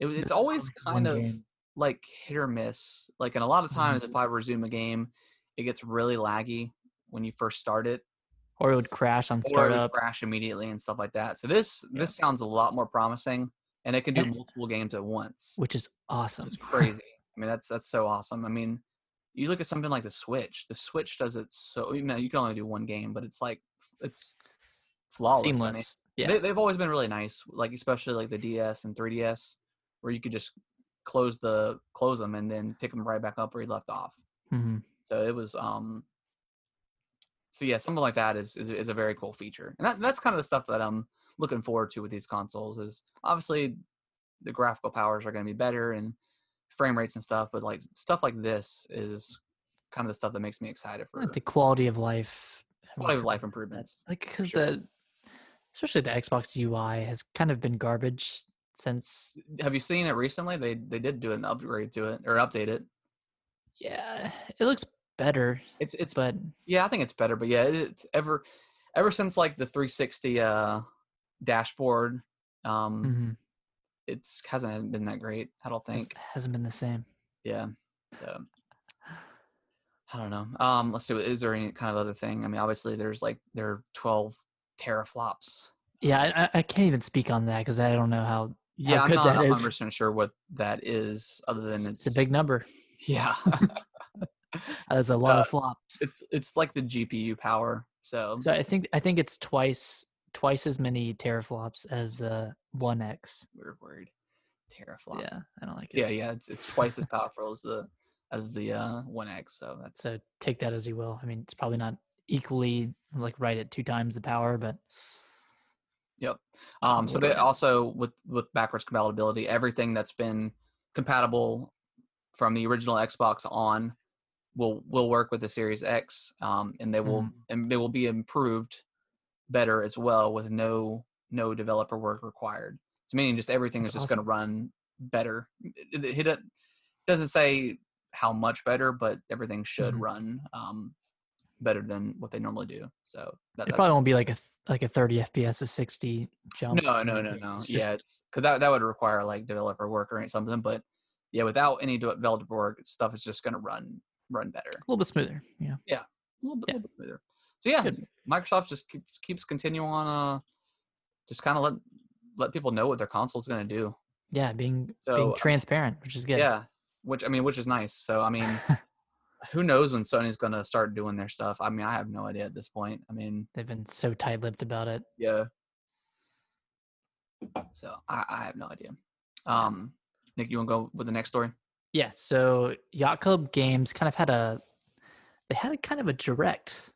Speaker 1: it, was- it's
Speaker 2: There's
Speaker 1: always
Speaker 2: only one
Speaker 1: kind of
Speaker 2: game. Mm-hmm.
Speaker 1: like hit or miss. Like, and a lot of times if I resume a game, it gets really laggy when you first start it,
Speaker 2: or it would crash on
Speaker 1: or it would
Speaker 2: startup.
Speaker 1: crash immediately and stuff like that. So this this sounds a lot more promising, and it can do
Speaker 2: And-
Speaker 1: multiple games at once.
Speaker 2: which is awesome.
Speaker 1: It's crazy. I mean, that's that's so awesome. I mean, you look at something like the Switch. The Switch does it so. You know, you can only do one game, but it's like it's flawless. I mean,
Speaker 2: Seamless. Yeah.
Speaker 1: they, they've always been really nice like especially like the ds and 3ds where you could just close the close them and then pick them right back up where you left off
Speaker 2: hmm
Speaker 1: so it was um so yeah something like that is is, is a very cool feature and that, that's kind of the stuff that i'm looking forward to with these consoles is obviously the graphical powers are going to be better and frame rates and stuff but like stuff like this is kind of the stuff that makes me excited for
Speaker 2: Like the quality of life.
Speaker 1: quality of life improvements
Speaker 2: Like because
Speaker 1: sure.
Speaker 2: the especially the Xbox UI has kind of been garbage since.
Speaker 1: have you seen it recently they they did do an upgrade to it or update it
Speaker 2: Yeah, it looks better,
Speaker 1: It's it's
Speaker 2: but
Speaker 1: yeah, I think it's better, but yeah, it- it's ever ever since like the 360 uh dashboard, um,
Speaker 2: mhm,
Speaker 1: it's hasn't been that great. I don't
Speaker 2: it's-
Speaker 1: think.
Speaker 2: hasn't been the same.
Speaker 1: Yeah, so I don't know. Um, let's see. Is there any kind of other thing? I mean, obviously, there's like there are 12 teraflops.
Speaker 2: Yeah, I, I- I can't even speak on that because I don't know how.
Speaker 1: Yeah, I'm
Speaker 2: good
Speaker 1: not
Speaker 2: that
Speaker 1: 100
Speaker 2: is.
Speaker 1: percent sure what that is, other than
Speaker 2: It's,
Speaker 1: it's,
Speaker 2: it's a big number.
Speaker 1: yeah.
Speaker 2: There's a lot
Speaker 1: Uh, um
Speaker 2: of flops.
Speaker 1: it's it's like the GPU power. So,
Speaker 2: So I think I think it's twice twice as many teraflops as the One X.
Speaker 1: weird word, teraflop.
Speaker 2: Yeah, I don't like it.
Speaker 1: yeah yeah it's, it's twice as powerful as the as the uh one x so that's
Speaker 2: So take that as you will. I mean, it's probably not equally like right at two times the power, but
Speaker 1: um so they
Speaker 2: whatever.
Speaker 1: also with with backwards compatibility everything that's been compatible from the original xbox on will will work with the series x um and they will
Speaker 2: Mm-hmm.
Speaker 1: and they will be improved better as well with no no developer work required so meaning just everything is
Speaker 2: That's
Speaker 1: just going to run better it, it, it doesn't say how much better but everything should
Speaker 2: Mhm.
Speaker 1: run um better than what they normally do so that,
Speaker 2: it probably won't be like a th- like a 30 FPS, a 60 jump.
Speaker 1: no,
Speaker 2: you
Speaker 1: no,
Speaker 2: know,
Speaker 1: no,
Speaker 2: it-
Speaker 1: no.
Speaker 2: it's
Speaker 1: yeah,
Speaker 2: just-
Speaker 1: it's because that that would require like developer work or something. But yeah, without any de- developer work, stuff is just going to run run better,
Speaker 2: a little bit smoother. You know,
Speaker 1: a little bit,
Speaker 2: Yeah.
Speaker 1: little bit smoother. So yeah,
Speaker 2: Good.
Speaker 1: Microsoft just keeps keeps continuing on, uh, just kind of let let people know what their console's going to do.
Speaker 2: yeah, being
Speaker 1: So, uh,
Speaker 2: being transparent, which is
Speaker 1: Yeah.
Speaker 2: good.
Speaker 1: which I mean, which is nice. So I mean, who knows when Sony's going to start doing their stuff? I mean, I have no idea at this point. I mean,
Speaker 2: They've been so tight-lipped about it.
Speaker 1: Yeah. So I, I have no idea. Um, Nick, you want to go with the next story?
Speaker 2: Yeah. So Yacht Club Games kind of had a they had a kind of a direct,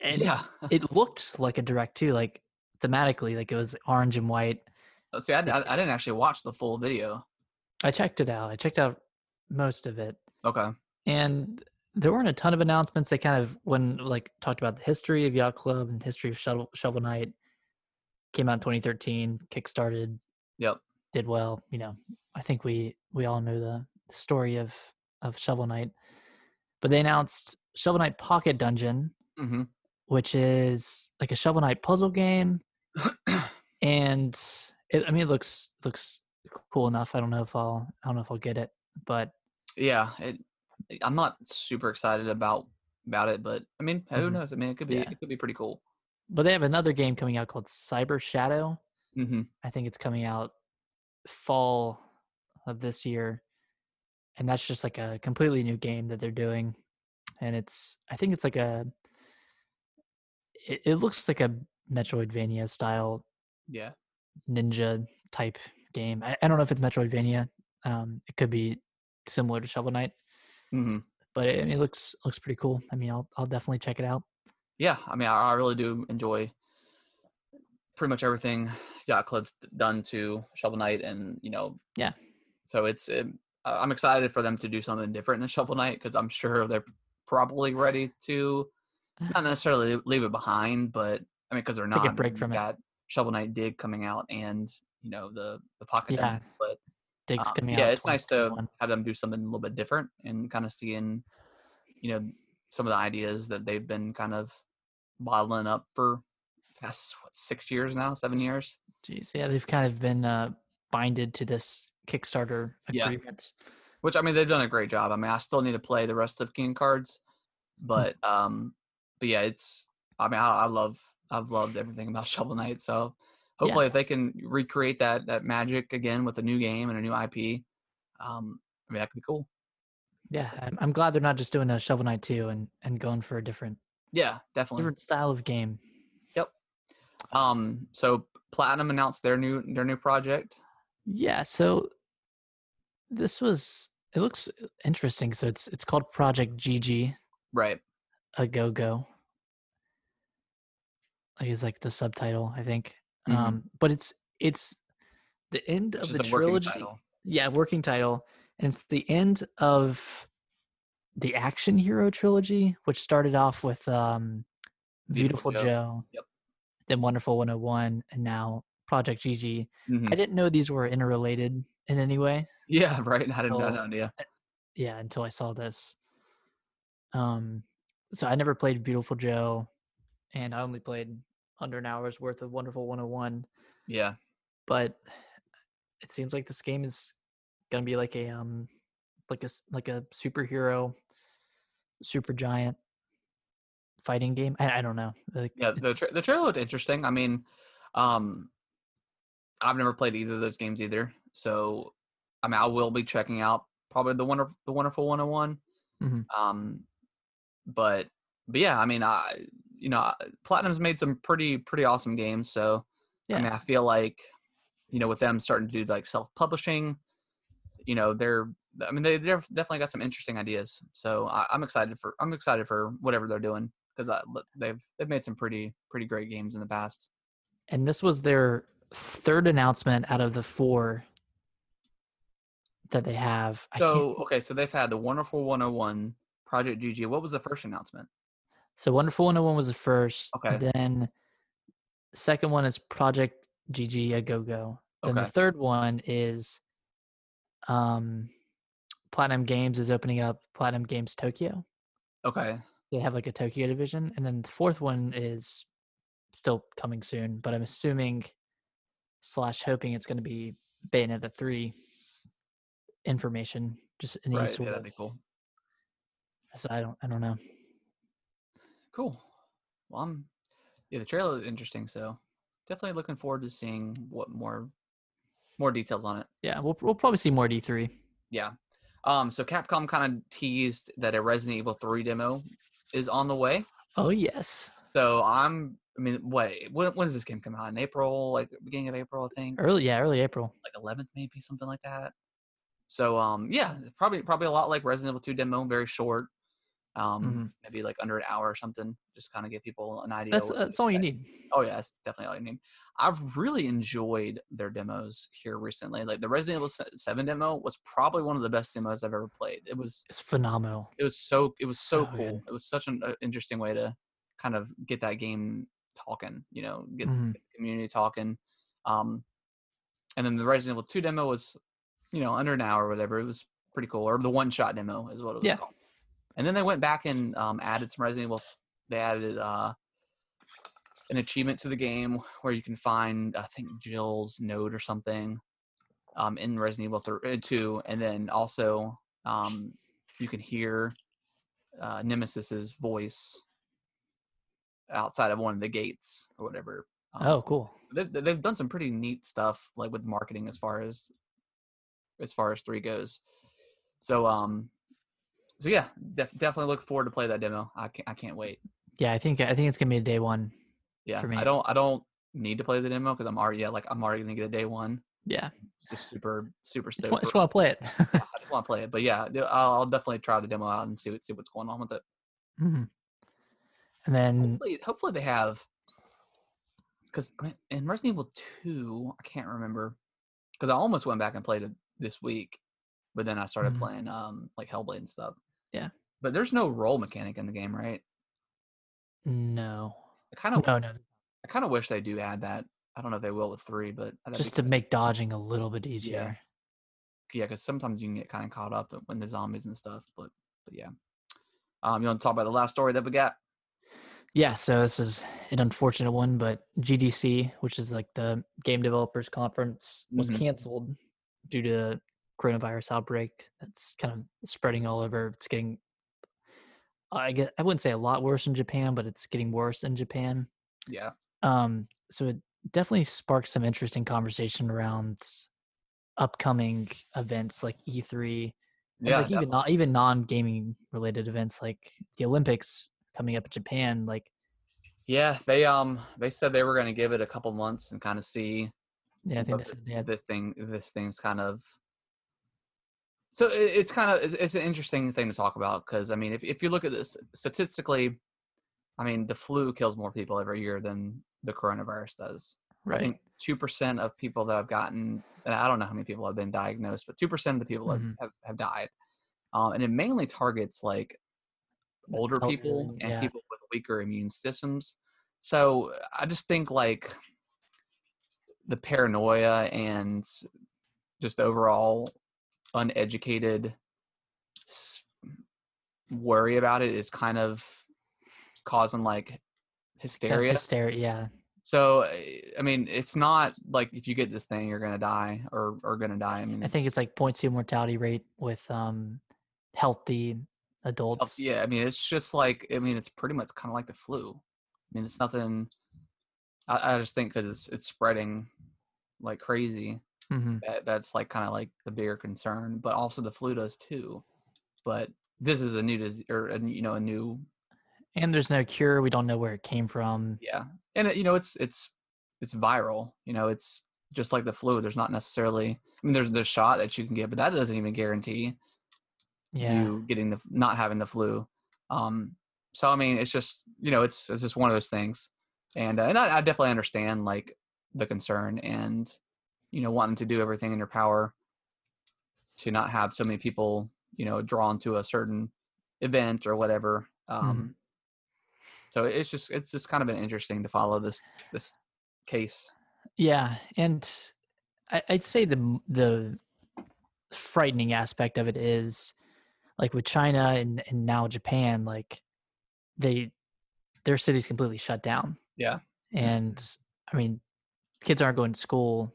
Speaker 2: and
Speaker 1: yeah.
Speaker 2: it looked like a direct too, like thematically, like it was orange and white.
Speaker 1: Oh, See, I, I, I didn't actually watch the full video.
Speaker 2: I checked it out. I checked out most of it.
Speaker 1: Okay.
Speaker 2: and there weren't a ton of announcements. They kind of when like talked about the history of Yacht Club and history of Shovel, Shovel Knight. Came out in 2013, kickstarted,
Speaker 1: Yep.
Speaker 2: did well. You know, I think we we all know the story of of Shovel Knight. But they announced Shovel Knight Pocket Dungeon,
Speaker 1: hmm
Speaker 2: which is like a Shovel Knight puzzle game, and it, I mean it looks looks cool enough. I don't know if I'll I don't know if I'll get it, but
Speaker 1: Yeah. It, I'm not super excited about about it, but I mean, who
Speaker 2: Mhm.
Speaker 1: knows? I mean, it could be
Speaker 2: Yeah.
Speaker 1: it could be pretty cool.
Speaker 2: But they have another game coming out called Cyber Shadow.
Speaker 1: Mm-hmm.
Speaker 2: I think it's coming out fall of this year. And that's just like a completely new game that they're doing. And it's I think it's like a it, it looks like a Metroidvania style
Speaker 1: Yeah.
Speaker 2: ninja type game. I, I don't know if it's Metroidvania. Um it could be similar to Shovel Knight,
Speaker 1: Mm-hmm.
Speaker 2: but it, it looks looks pretty cool. I mean I'll I'll definitely check it out.
Speaker 1: Yeah. I mean, I, I really do enjoy pretty much everything Yacht Club's d- done to Shovel Knight, and you know.
Speaker 2: Yeah.
Speaker 1: So it's it, I- I'm excited for them to do something different than Shovel Knight because I'm sure they're probably ready to not necessarily leave it behind, but I mean, because they're
Speaker 2: Take a
Speaker 1: not
Speaker 2: break
Speaker 1: you
Speaker 2: from it.
Speaker 1: got Shovel Knight Dig coming out, and you know the the pocket.
Speaker 2: Yeah.
Speaker 1: Dimension, but
Speaker 2: Dig's
Speaker 1: um,
Speaker 2: coming out.
Speaker 1: yeah, it's nice to
Speaker 2: 2021.
Speaker 1: have them do something a little bit different and kind of seeing, you know, some of the ideas that they've been kind of bottling up for past what six years now, seven years.
Speaker 2: Jeez, yeah, they've kind of been uh, binded to this Kickstarter
Speaker 1: Yeah.
Speaker 2: agreement.
Speaker 1: Which I mean, they've done a great job. I mean, I still need to play the rest of King Cards,
Speaker 2: Hmm.
Speaker 1: but um, but yeah, it's. I mean, I, I love I've loved everything about Shovel Knight. So hopefully, if they can recreate that that magic again with a new game and a new IP, um, I mean, that could be cool.
Speaker 2: Yeah, I'm, I'm glad they're not just doing a Shovel Knight two and and going for a different
Speaker 1: Yeah, definitely.
Speaker 2: different style of game.
Speaker 1: Um, so Platinum announced their new their new project.
Speaker 2: Yeah, so this was it looks interesting. So it's it's called Project GG
Speaker 1: Right.
Speaker 2: a go go. Like it's like the subtitle, I think.
Speaker 1: Mhm.
Speaker 2: Um, but it's it's the end
Speaker 1: Which
Speaker 2: of
Speaker 1: is
Speaker 2: the
Speaker 1: a working
Speaker 2: trilogy.
Speaker 1: title.
Speaker 2: yeah working title and it's the end of the action hero trilogy which started off with um beautiful,
Speaker 1: Beautiful
Speaker 2: joe,
Speaker 1: Joe. Yep.
Speaker 2: then wonderful 101 and now project gg
Speaker 1: Mhm.
Speaker 2: i didn't know these were interrelated in any way
Speaker 1: Yeah, right. I didn't I had no
Speaker 2: Oh.
Speaker 1: idea.
Speaker 2: yeah until i saw this um so i never played beautiful joe and i only played under an hour's worth of wonderful 101
Speaker 1: Yeah.
Speaker 2: but it seems like this game is gonna be like a um like a s- like a superhero super giant fighting game i, I don't know like,
Speaker 1: Yeah. The
Speaker 2: it's-
Speaker 1: tra- the trailer looked interesting. I mean, um I've never played either of those games either. So I mean I will be checking out probably the wonderful the wonderful one oh one.
Speaker 2: Mhm.
Speaker 1: Um but but yeah, I mean I you know, I- Platinum's made some pretty pretty awesome games, so I mean,
Speaker 2: Yeah.
Speaker 1: I feel like, you know, with them starting to do like self publishing, you know, they're I mean, they they've definitely got some interesting ideas. So I, I'm excited for I'm excited for whatever they're doing because they've they've made some pretty pretty great games in the past.
Speaker 2: and this was their third announcement out of the four that they have I can't,
Speaker 1: So okay, so they've had the wonderful 101 Project GG. What was the first announcement?
Speaker 2: so wonderful 101 was the first
Speaker 1: Okay.
Speaker 2: then second one is project gg a go go then the
Speaker 1: Okay,
Speaker 2: third one is um platinum games is opening up platinum games tokyo
Speaker 1: okay,
Speaker 2: they have like a Tokyo division, and then the fourth one is still coming soon. But I'm assuming slash hoping it's going to be Bayonetta three information, just any
Speaker 1: right.
Speaker 2: sort
Speaker 1: Yeah,
Speaker 2: of.
Speaker 1: that'd be cool.
Speaker 2: So I don't, I don't know.
Speaker 1: Cool. Well, I'm, yeah, the trailer is interesting. So definitely looking forward to seeing what more more details on it.
Speaker 2: Yeah, we'll we'll probably see more D three.
Speaker 1: Yeah. Um, so Capcom kind of teased that a Resident Evil 3 demo is on the way.
Speaker 2: Oh yes,
Speaker 1: So I'm, I mean, wait, when, when does this game come out? In April, like beginning of April, I think, or
Speaker 2: early yeah, early April.
Speaker 1: like 11th, maybe something like that. So um, yeah, probably probably a lot like Resident Evil 2 demo, very short. Um,
Speaker 2: Mhm.
Speaker 1: maybe like under an hour or something. Just kind of give people an idea.
Speaker 2: That's
Speaker 1: what to
Speaker 2: that's all you
Speaker 1: expect.
Speaker 2: need.
Speaker 1: Oh yeah, that's definitely all you need. I've really enjoyed their demos here recently. Like the Resident Evil 7 demo was probably one of the best demos I've ever played. It was
Speaker 2: It's phenomenal.
Speaker 1: it was so it was so
Speaker 2: So
Speaker 1: cool.
Speaker 2: good.
Speaker 1: It was such an uh, interesting way to kind of get that game talking, you know, get
Speaker 2: Mhm.
Speaker 1: the community talking. Um, and then the Resident Evil 2 demo was, you know, under an hour or whatever. It was pretty cool. Or the one shot demo is what it was
Speaker 2: Yeah.
Speaker 1: called. And then they went back and um, added some Resident Evil. They added uh, an achievement to the game where you can find, I think, Jill's note or something um, in Resident Evil 3, uh, 2. And then also um, you can hear uh, Nemesis's voice outside of one of the gates or whatever. Um,
Speaker 2: Oh, cool.
Speaker 1: they've, they've done some pretty neat stuff like with marketing as far as as far as three goes so um so yeah def- definitely look forward to play that demo i can't, I can't wait
Speaker 2: Yeah, I think I think it's gonna be a day one.
Speaker 1: yeah
Speaker 2: For me.
Speaker 1: i don't i don't need to play the demo because i'm already yeah, like i'm already gonna get a day one
Speaker 2: Yeah,
Speaker 1: It's just super super
Speaker 2: just
Speaker 1: stoked
Speaker 2: want, just
Speaker 1: for it.
Speaker 2: want to play it.
Speaker 1: i just want to play it but yeah d- i'll, I'll definitely try the demo out and see what see what's going on with it
Speaker 2: Mhm. And then
Speaker 1: hopefully, hopefully they have because in Resident Evil Two, I can't remember because I almost went back and played it this week, but then I started
Speaker 2: Mhm.
Speaker 1: playing um like Hellblade and stuff.
Speaker 2: Yeah.
Speaker 1: but there's no roll mechanic in the game, right?
Speaker 2: no,
Speaker 1: I kind of,
Speaker 2: no, no,
Speaker 1: I kind of wish they do add that. I don't know if they will with three, but I think
Speaker 2: just to make dodging a little bit easier.
Speaker 1: yeah, because sometimes you can get kind of caught up in the zombies and stuff. But but yeah, um, you want to talk about the last story that we got?
Speaker 2: Yeah, so this is an unfortunate one, but GDC, which is like the game developers conference, was
Speaker 1: Mhm.
Speaker 2: canceled due to coronavirus outbreak that's kind of spreading all over. It's getting I guess I wouldn't say a lot worse in Japan, but it's getting worse in Japan.
Speaker 1: Yeah,
Speaker 2: Um so it definitely sparked some interesting conversation around upcoming events like E3 and,
Speaker 1: yeah,
Speaker 2: like even not even non gaming related events like the Olympics coming up in Japan, like
Speaker 1: Yeah, they um they said they were going to give it a couple months and kind of see
Speaker 2: yeah, I think
Speaker 1: what
Speaker 2: that's
Speaker 1: this,
Speaker 2: they had
Speaker 1: this thing this thing's kind of so it, it's kind of it's, it's an interesting thing to talk about because I mean if if you look at this statistically, I mean the flu kills more people every year than the coronavirus does. I
Speaker 2: right.
Speaker 1: think two percent of people that I've gotten, and I don't know how many people have been diagnosed, but two percent of the people have,
Speaker 2: Mhm.
Speaker 1: have, have died, um, and it mainly targets like older
Speaker 2: elderly,
Speaker 1: people and
Speaker 2: yeah.
Speaker 1: people with weaker immune systems. So I just think like the paranoia and just overall uneducated s- worry about it is kind of causing like
Speaker 2: Kind of
Speaker 1: hysteria.
Speaker 2: hysteria, yeah,
Speaker 1: So I I mean, it's not like if you get this thing, you're gonna die or are gonna die. I mean,
Speaker 2: I think it's like 0.2 mortality rate with um healthy
Speaker 1: health-
Speaker 2: adults.
Speaker 1: yeah. I mean, it's just like I mean, it's pretty much kind of like the flu. I mean, it's nothing. I, I just think because it's it's spreading like crazy.
Speaker 2: Mhm.
Speaker 1: That, that's like kind of like the bigger concern, but also the flu does too. But this is a new disease, or a, you know, a new
Speaker 2: And there's no cure. We don't know where it came from.
Speaker 1: yeah and it, you know it's it's it's viral you know it's just like the flu there's not necessarily i mean there's the shot that you can get but that doesn't even guarantee
Speaker 2: Yeah,
Speaker 1: you getting the not having the flu um so i mean it's just you know it's it's just one of those things and uh, and I, I definitely understand like the concern and you know wanting to do everything in your power to not have so many people you know drawn to a certain event or whatever um so it's just it's just kind of been interesting to follow this this case
Speaker 2: yeah, and I, I'd say the m- the frightening aspect of it is like with China and and now Japan, like they their city's completely shut down.
Speaker 1: Yeah.
Speaker 2: and I mean, kids aren't going to school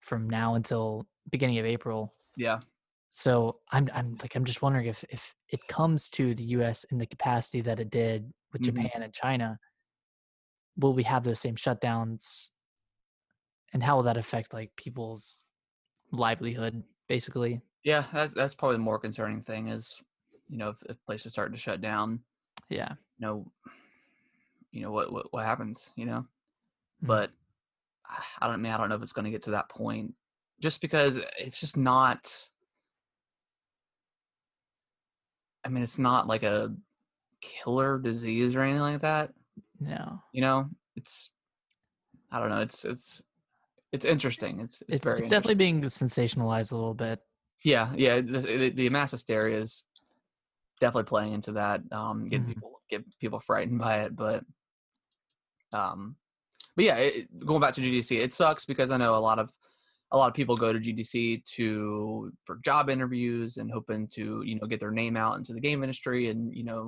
Speaker 2: from now until beginning of April.
Speaker 1: yeah
Speaker 2: So I'm I'm like I'm just wondering if if it comes to the U.S. in the capacity that it did with
Speaker 1: Mhm.
Speaker 2: Japan and China, will we have those same shutdowns? And how will that affect like people's livelihood, basically?
Speaker 1: yeah that's that's probably the more concerning thing is you know if, if places start to shut down
Speaker 2: Yeah.
Speaker 1: you know you know what what, what happens you know
Speaker 2: Mm.
Speaker 1: but I- i don't I mean i don't know if it's going to get to that point just because it's just not i mean it's not like a killer disease or anything like that
Speaker 2: No,
Speaker 1: you know it's i don't know it's it's it's interesting it's it's,
Speaker 2: it's
Speaker 1: very Oh,
Speaker 2: it's definitely being sensationalized a little bit.
Speaker 1: yeah yeah the, the, the mass hysteria is definitely playing into that um getting
Speaker 2: Mhm.
Speaker 1: people get people frightened by it but um but yeah it, it- going back to gdc it sucks because i know a lot of a lot of people go to gdc to for job interviews and hoping to you know get their name out into the game industry and you know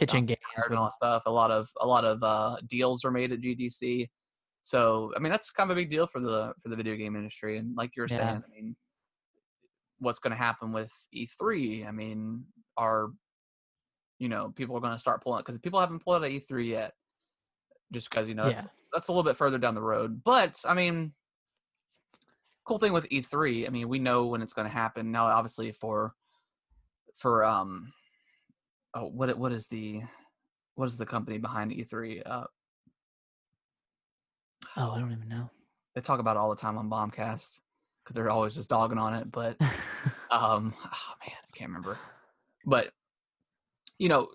Speaker 2: Pitching games,
Speaker 1: hired and
Speaker 2: with-
Speaker 1: all that stuff. A lot of a lot of uh, deals are made at GDC. So I mean that's kind of a big deal for the for the video game industry. And like you were
Speaker 2: Yeah.
Speaker 1: saying, I mean, what's going to happen with E3? I mean, are you know people are going to start pulling because people haven't pulled out of E3 E yet. just because you know
Speaker 2: Yeah.
Speaker 1: that's, that's a little bit further down the road. But I mean, cool thing with E3, I mean, we know when it's going to happen. Now, obviously, for for um, oh, what it- what is the what is the company behind E3? Uh,
Speaker 2: Oh, I don't even know.
Speaker 1: they talk about it all the time on Bombcast because they're always just dogging on it. But um, oh man, I can't remember. But you know,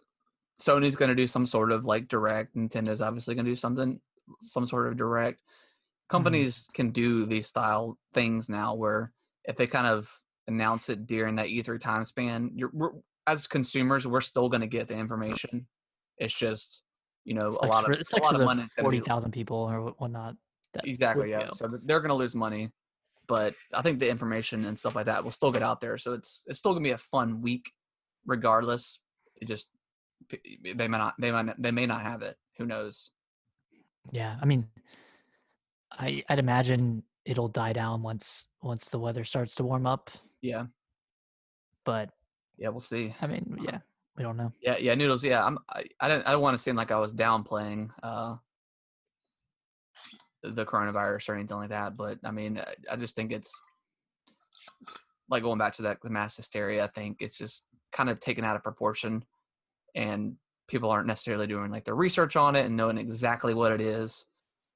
Speaker 1: Sony's going to do some sort of like direct. Nintendo's obviously going to do something, some sort of direct.
Speaker 2: Mm-hmm.
Speaker 1: Companies can do these style things now, where if they kind of announce it during that E3 time span, you're we're, as consumers, we're still going to get the information. It's just you know
Speaker 2: It's
Speaker 1: a
Speaker 2: like
Speaker 1: lot
Speaker 2: for-
Speaker 1: of
Speaker 2: it's
Speaker 1: a
Speaker 2: like
Speaker 1: lot
Speaker 2: for
Speaker 1: of
Speaker 2: the
Speaker 1: money is going
Speaker 2: forty
Speaker 1: to be
Speaker 2: thousand people or wh- whatnot. that would
Speaker 1: exactly yeah.
Speaker 2: go.
Speaker 1: So th- they're going to lose money, but I think the information and stuff like that will still get out there. So it's it's still going to be a fun week, regardless. It just p- they may not they might not- they may not have it. Who knows?
Speaker 2: Yeah, I mean, I I'd imagine it'll die down once once the weather starts to warm up.
Speaker 1: Yeah,
Speaker 2: But
Speaker 1: yeah, we'll see.
Speaker 2: I mean,
Speaker 1: Uh-huh.
Speaker 2: yeah, we don't know.
Speaker 1: Yeah, yeah, noodles. Yeah, I'm. I, I don't. I don't want to seem like I was downplaying uh, the coronavirus or anything like that. But I mean, I, I just think it's like going back to that the mass hysteria. I think it's just kind of taken out of proportion, and people aren't necessarily doing like their research on it and knowing exactly what it is.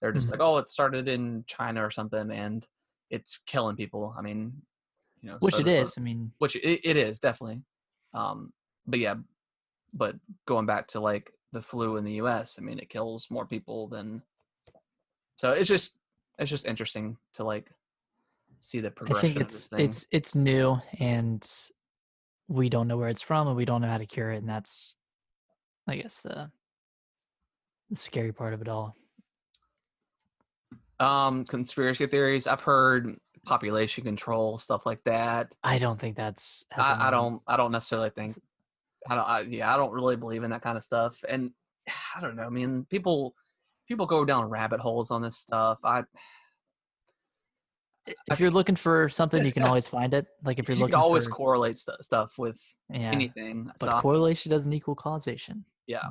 Speaker 1: They're just
Speaker 2: Mhm.
Speaker 1: like, oh, it started in China or something, and it's killing people. I mean, you know,
Speaker 2: Which
Speaker 1: so
Speaker 2: it
Speaker 1: does the-
Speaker 2: is. I mean,
Speaker 1: which it, it is definitely um but yeah but going back to like the flu in the us i mean it kills more people than so it's just it's just interesting to like see the
Speaker 2: I
Speaker 1: progression
Speaker 2: think it's
Speaker 1: of this thing
Speaker 2: it's it's new, and we don't know where it's from, and we don't know how to cure it, and that's, I guess, the the scary part of it all.
Speaker 1: um conspiracy theories i've heard population control stuff like that
Speaker 2: I don't think that's. has
Speaker 1: I, I
Speaker 2: anything-
Speaker 1: don't i don't necessarily think i don't I, yeah i don't really believe in that kind of stuff and i don't know i mean people people go down rabbit holes on this stuff i
Speaker 2: If you're looking for something, you can always find it. Like if you're
Speaker 1: you
Speaker 2: looking
Speaker 1: can always
Speaker 2: for
Speaker 1: correlate stu stuff with
Speaker 2: yeah,
Speaker 1: anything.
Speaker 2: but Hmm.
Speaker 1: So I'm-
Speaker 2: correlation doesn't equal causation.
Speaker 1: yeah,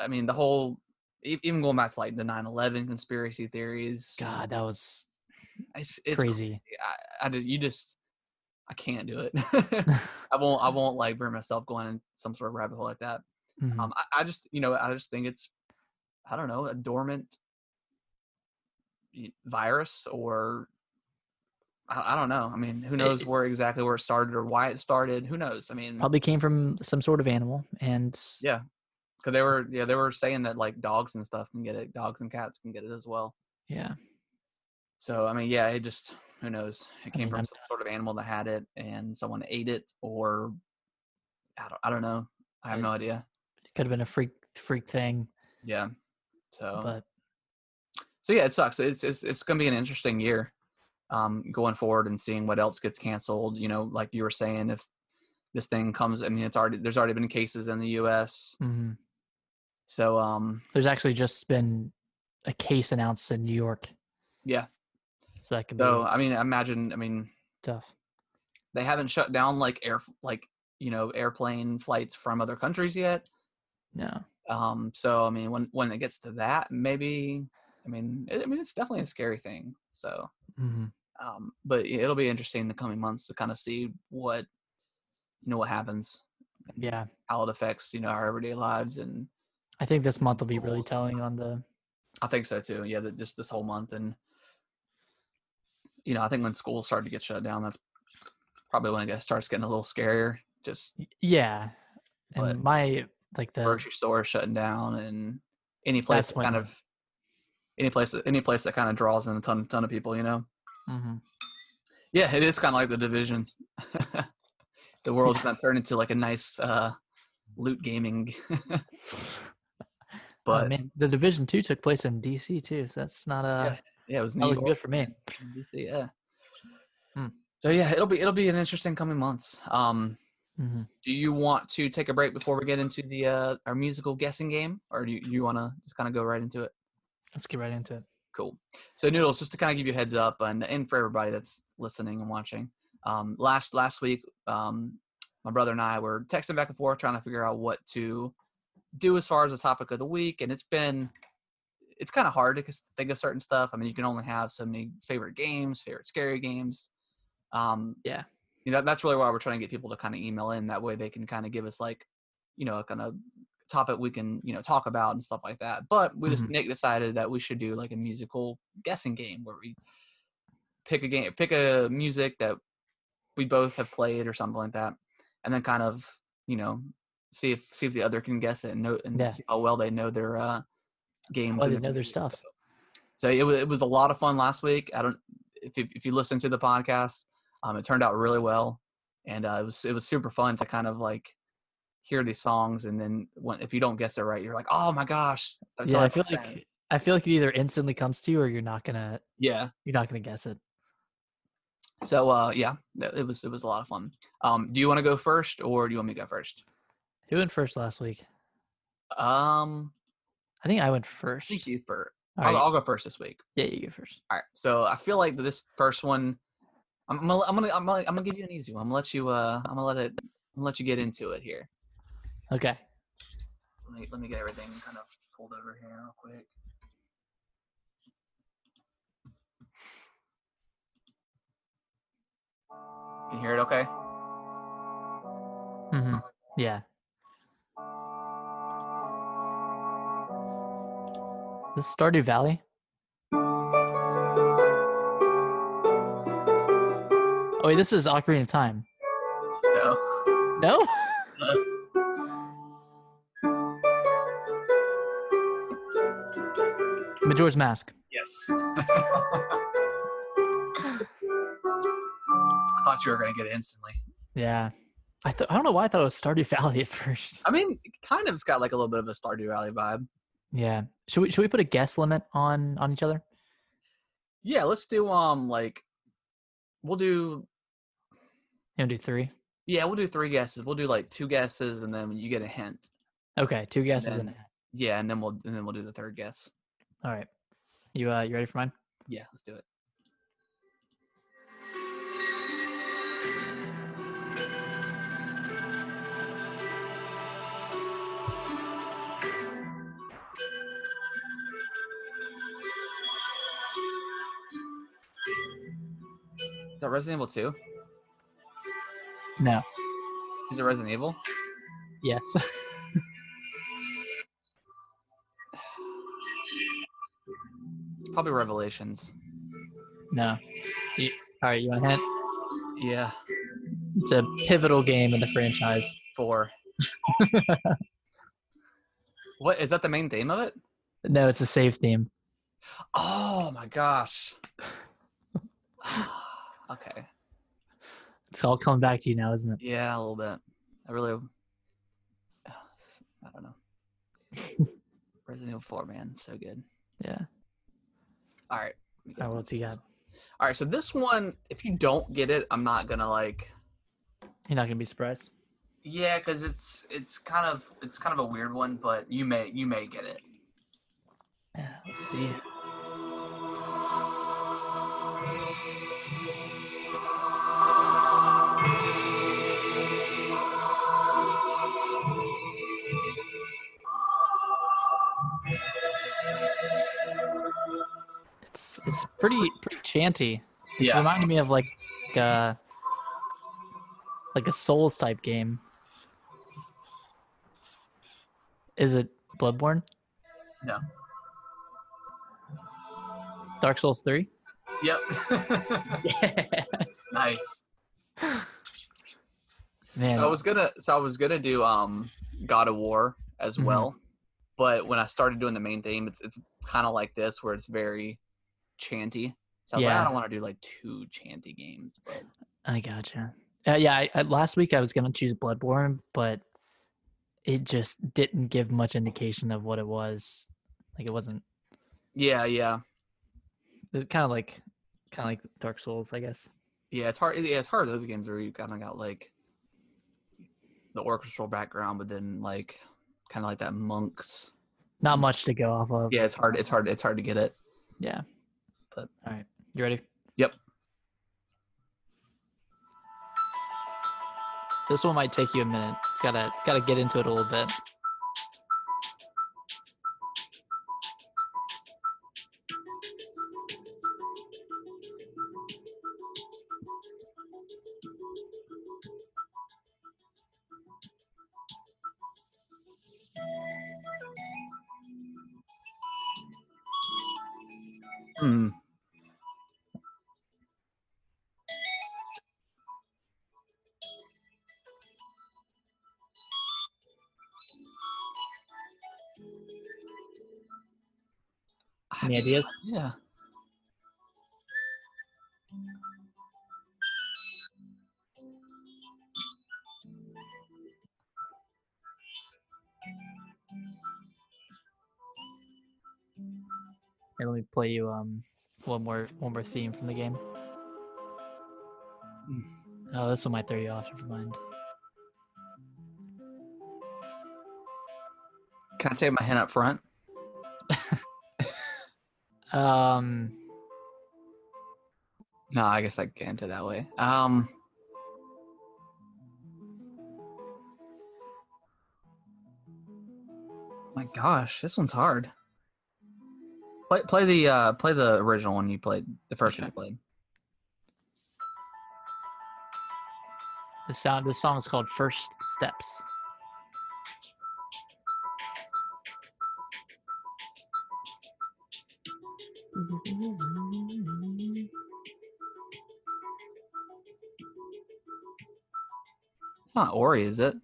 Speaker 1: I mean the whole e- even going back to like the 9/11 conspiracy theories.
Speaker 2: God, that was
Speaker 1: it's, it's
Speaker 2: crazy.
Speaker 1: I, I ju- you just I can't do it. I won't.
Speaker 2: Hmm.
Speaker 1: I won't like bring myself going in some sort of rabbit hole like that.
Speaker 2: Mhm.
Speaker 1: Um, I, I just you know I just think it's I don't know a dormant y- virus or. I I don't know. I mean, who knows
Speaker 2: it-
Speaker 1: where exactly where it started or why it started? Who knows? I mean,
Speaker 2: Probably came from some sort of animal, and
Speaker 1: Yeah. Because they were, yeah, they were saying that like dogs and stuff can get it, dogs and cats can get it as well.
Speaker 2: yeah,
Speaker 1: So I mean, yeah, it just who knows? It
Speaker 2: I
Speaker 1: came
Speaker 2: mean,
Speaker 1: from
Speaker 2: I'm-
Speaker 1: some sort of animal that had it, and someone ate it, or I don't, I don't know. I have
Speaker 2: It-
Speaker 1: no idea.
Speaker 2: it could have been a freak freak thing,
Speaker 1: Yeah. So
Speaker 2: but
Speaker 1: so yeah, it sucks. It's it's it's gonna be an interesting year, um, going forward and seeing what else gets canceled. You know, like you were saying, if this thing comes, I mean, it's already there's already been cases in the U.S.
Speaker 2: mhm.
Speaker 1: So um,
Speaker 2: there's actually just been a case announced in New York,
Speaker 1: yeah.
Speaker 2: so that could be
Speaker 1: So uh I mean, imagine, I mean,
Speaker 2: tough.
Speaker 1: they haven't shut down like air like you know airplane flights from other countries yet
Speaker 2: No,
Speaker 1: um so i mean when when it gets to that maybe i mean it, i mean it's definitely a scary thing so
Speaker 2: hmm
Speaker 1: um but yeah, it'll be interesting in the coming months to kind of see what you know what happens
Speaker 2: yeah,
Speaker 1: how it affects you know our everyday lives and
Speaker 2: I think this month will be really
Speaker 1: Schools.
Speaker 2: telling on the
Speaker 1: i think so too yeah that just this whole month and you know i think when schools start to get shut down that's probably when it gets, starts getting a little scarier just
Speaker 2: y- yeah, and
Speaker 1: But-
Speaker 2: my like the
Speaker 1: grocery store shutting down and any place
Speaker 2: That's
Speaker 1: that
Speaker 2: when-
Speaker 1: kind of any place that any place that kind of draws in a ton ton of people you know
Speaker 2: mhm.
Speaker 1: yeah it is kind of like the division the world's going to turn into like a nice uh loot gaming
Speaker 2: Oh,
Speaker 1: but
Speaker 2: man, the division two took place in DC too, so that's not uh
Speaker 1: yeah it was
Speaker 2: not
Speaker 1: New
Speaker 2: looking
Speaker 1: York,
Speaker 2: good for me.
Speaker 1: DC, yeah
Speaker 2: Hmm.
Speaker 1: so yeah it'll be it'll be an interesting coming months um
Speaker 2: hmm
Speaker 1: do you want to take a break before we get into the uh our musical guessing game or do you, you want to just kind of go right into it
Speaker 2: Let's get right into it.
Speaker 1: Cool. So noodles, just to kind of give you a heads up, and and for everybody that's listening and watching, um, last last week, um, my brother and I were texting back and forth trying to figure out what to do as far as the topic of the week, and it's been it's kind of hard to c- think of certain stuff. I mean, you can only have so many favorite games, favorite scary games. Um,
Speaker 2: Yeah.
Speaker 1: you know, that's really why we're trying to get people to kind of email in. That way, they can kind of give us like, you know, a kind of topic we can you know talk about and stuff like that. But we just
Speaker 2: Mhm.
Speaker 1: Nick decided that we should do like a musical guessing game where we pick a game, pick a music that we both have played or something like that, and then kind of you know see if see if the other can guess it and know and
Speaker 2: Yeah.
Speaker 1: see how well they know their uh games.
Speaker 2: Well,
Speaker 1: and
Speaker 2: they know their
Speaker 1: music.
Speaker 2: stuff.
Speaker 1: So it was it was a lot of fun last week. I don't if you, if you listen to the podcast, um, it turned out really well, and uh, it was it was super fun to kind of like hear these songs and then when, if you don't guess it right, you're like, oh my gosh. that's
Speaker 2: Yeah,
Speaker 1: all
Speaker 2: I feel
Speaker 1: understand."
Speaker 2: like I feel like it either instantly comes to you or you're not gonna
Speaker 1: yeah.
Speaker 2: you're not gonna guess it.
Speaker 1: So uh, yeah, th- it was it was a lot of fun. Um, do you want to go first or do you want me to go first?
Speaker 2: Who went first last week?
Speaker 1: Um,
Speaker 2: I think I went first.
Speaker 1: thank you for.
Speaker 2: All
Speaker 1: I'll,
Speaker 2: right.
Speaker 1: I'll go first this week.
Speaker 2: yeah, you go first.
Speaker 1: All right. So I feel like this first one, I'm, I'm, gonna, I'm gonna I'm gonna I'm gonna give you an easy one. I'm gonna let you uh I'm gonna let it I'm gonna let you get into it here.
Speaker 2: Okay.
Speaker 1: So let me let me get everything kind of pulled over here real quick. Can you hear it okay?
Speaker 2: hmm Yeah. This is Stardew Valley. Oh wait, this is Ocarina of Time.
Speaker 1: No.
Speaker 2: No. Majora's Mask.
Speaker 1: Yes. I thought you were gonna get it instantly.
Speaker 2: Yeah. I th- I don't know why I thought it was Stardew Valley at first.
Speaker 1: I mean, it kind of, it's got like a little bit of a Stardew Valley vibe.
Speaker 2: Yeah. Should we should we put a guess limit on on each other?
Speaker 1: Yeah, let's do um like, we'll do
Speaker 2: You want to do three?
Speaker 1: yeah we'll do three guesses. We'll do like two guesses and then you get a hint.
Speaker 2: Okay, two guesses.
Speaker 1: then-
Speaker 2: And
Speaker 1: Yeah, and then we'll and then we'll do the third guess.
Speaker 2: all right. You uh, you ready for mine?
Speaker 1: Yeah, let's do it. Is that Resident Evil 2?
Speaker 2: No.
Speaker 1: Is it Resident Evil?
Speaker 2: Yes.
Speaker 1: It's probably Revelations.
Speaker 2: no. You- all right. You want a hint?
Speaker 1: Yeah,
Speaker 2: It's a pivotal game in the franchise.
Speaker 1: 4. what is that the main theme of it?
Speaker 2: No, it's a save theme.
Speaker 1: Oh my gosh. okay.
Speaker 2: It's all coming back to you now, isn't it?
Speaker 1: Yeah, a little bit. I really, I don't know. Resident Evil 4, man, so good.
Speaker 2: Yeah.
Speaker 1: All right. let me get
Speaker 2: All right,
Speaker 1: one
Speaker 2: what's he
Speaker 1: of
Speaker 2: got?
Speaker 1: these. All right, so this one, if you don't get it, I'm not gonna like.
Speaker 2: You're not gonna be surprised.
Speaker 1: Yeah, because it's it's kind of it's kind of a weird one, but you may you may get it.
Speaker 2: Yeah, let's see. It's it's pretty pretty chanty. It's reminding me of like uh like a Souls type game. Is it Bloodborne?
Speaker 1: No.
Speaker 2: Dark Souls 3?
Speaker 1: Yep.
Speaker 2: Yes.
Speaker 1: nice.
Speaker 2: Man.
Speaker 1: So I was gonna so I was gonna do um God of War as
Speaker 2: Mhm.
Speaker 1: well, but when I started doing the main theme, it's it's kind of like this where it's very chanty. So I was like,
Speaker 2: Yeah.
Speaker 1: I don't want to do like two chanty games. But
Speaker 2: I gotcha. Uh, yeah, I, I, last week I was gonna choose Bloodborne, but it just didn't give much indication of what it was. Like it wasn't.
Speaker 1: yeah, yeah,
Speaker 2: It's kind of like, kind of like Dark Souls, I guess.
Speaker 1: yeah. It's hard. Yeah, it's hard. Those games where you kind of got like the orchestral background, but then like kind of like that monks.
Speaker 2: Not much to go off of.
Speaker 1: Mm. Yeah, it's hard. It's hard. It's hard to get it.
Speaker 2: Yeah.
Speaker 1: But-
Speaker 2: all right, you ready?
Speaker 1: Yep.
Speaker 2: This one might take you a minute. It's gotta, it's gotta get into it a little bit.
Speaker 1: Hmm.
Speaker 2: Any ideas?
Speaker 1: Ah, Yeah.
Speaker 2: Here, let me play you um one more one more theme from the game.
Speaker 1: Hmm.
Speaker 2: Oh, this one might throw you off. Never mind.
Speaker 1: Can I take my hand up front?
Speaker 2: Um,
Speaker 1: No, I guess I can't do it that way. Um. My gosh, this one's hard. Play, play the uh, play the original one you played, the first one you played.
Speaker 2: the sound. The song is called First Steps.
Speaker 1: It's not Ori, is it?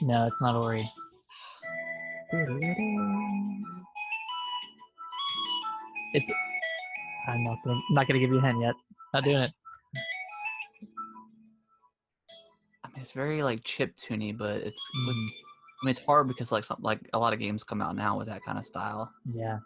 Speaker 2: No, it's not Ori. It's. I'm not gonna, not gonna give you a hand yet. Not doing it.
Speaker 1: I mean, it's very like chip tuney, but it's with, I mean, it's hard because like some like a lot of games come out now with that kind of style.
Speaker 2: Yeah.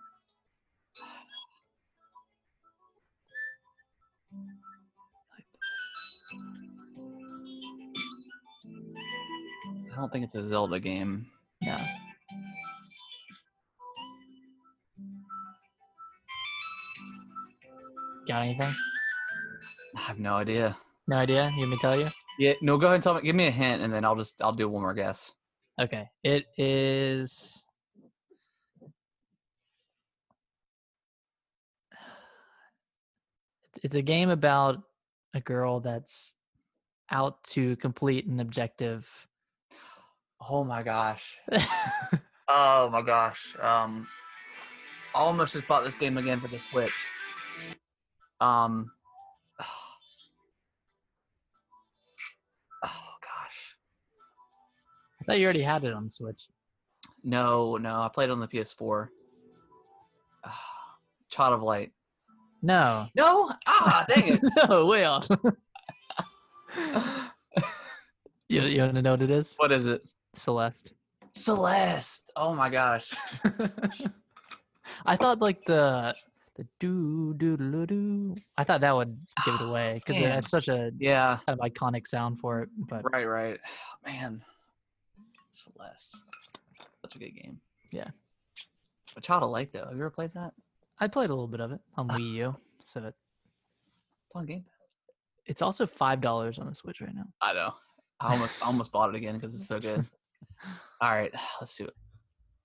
Speaker 1: I don't think it's a Zelda game.
Speaker 2: No. Got anything?
Speaker 1: I have no idea.
Speaker 2: No idea. You want me to tell you?
Speaker 1: Yeah, no. Go ahead and tell me. Give me a hint, and then I'll just I'll do one more guess.
Speaker 2: Okay. It is. It's a game about a girl that's out to complete an objective.
Speaker 1: Oh my gosh.
Speaker 2: oh,
Speaker 1: Oh my gosh. Um, I almost just bought this game again for the Switch. Um. Oh gosh.
Speaker 2: I thought you already had it on Switch.
Speaker 1: No, no. I played on the PS4. Ah, Child of Light.
Speaker 2: No.
Speaker 1: No. Ah, dang it.
Speaker 2: no, way off. you, you want to know what it is?
Speaker 1: what is it?
Speaker 2: Celeste.
Speaker 1: Celeste. Oh my gosh.
Speaker 2: I thought like the the doo doo doo doo. I thought that would give it
Speaker 1: Ah,
Speaker 2: away because
Speaker 1: man.
Speaker 2: it's such a
Speaker 1: Yeah.
Speaker 2: kind of iconic sound for it. But
Speaker 1: Right, right. Man. Celeste. Such a good game.
Speaker 2: Yeah.
Speaker 1: A Child of Light though. Have you ever played that?
Speaker 2: I played a little bit of it on Wii U, so it,
Speaker 1: It's on Game Pass.
Speaker 2: it's also five dollars on the Switch right now.
Speaker 1: I know. I almost I almost bought it again because it's so good. All right, let's do it.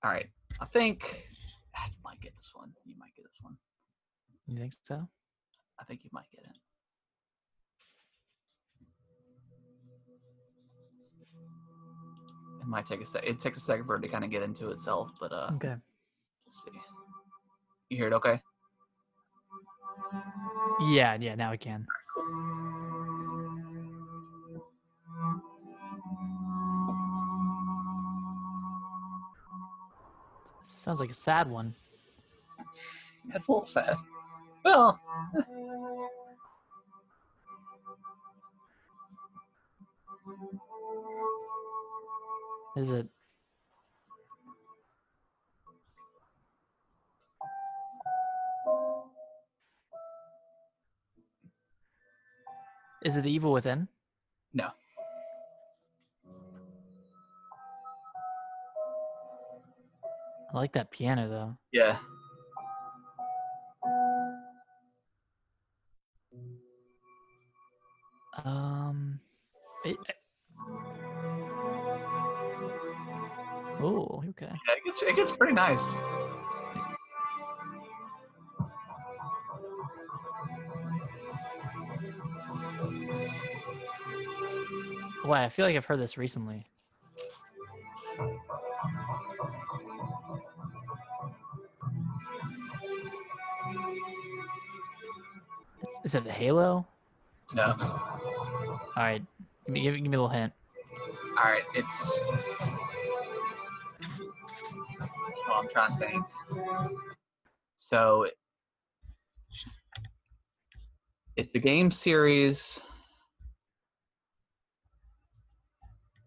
Speaker 1: All right, I think I might get this one. You might get this one.
Speaker 2: You think so?
Speaker 1: I think you might get it. It might take a sec. It takes a second for it to kind of get into itself, but uh,
Speaker 2: Okay.
Speaker 1: let's see. You hear it? Okay.
Speaker 2: Yeah, yeah. Now I can. Sounds like a sad one.
Speaker 1: It's a little sad. Well,
Speaker 2: Is it? Is it the evil within?
Speaker 1: No.
Speaker 2: I like that piano though.
Speaker 1: yeah.
Speaker 2: Um. It, oh, okay.
Speaker 1: Yeah, it gets it gets pretty nice.
Speaker 2: Why? I feel like I've heard this recently. Is it a Halo?
Speaker 1: No.
Speaker 2: All right, give me, give me, give me a little hint.
Speaker 1: All right, it's. Well, I'm trying to think. So, it's a game series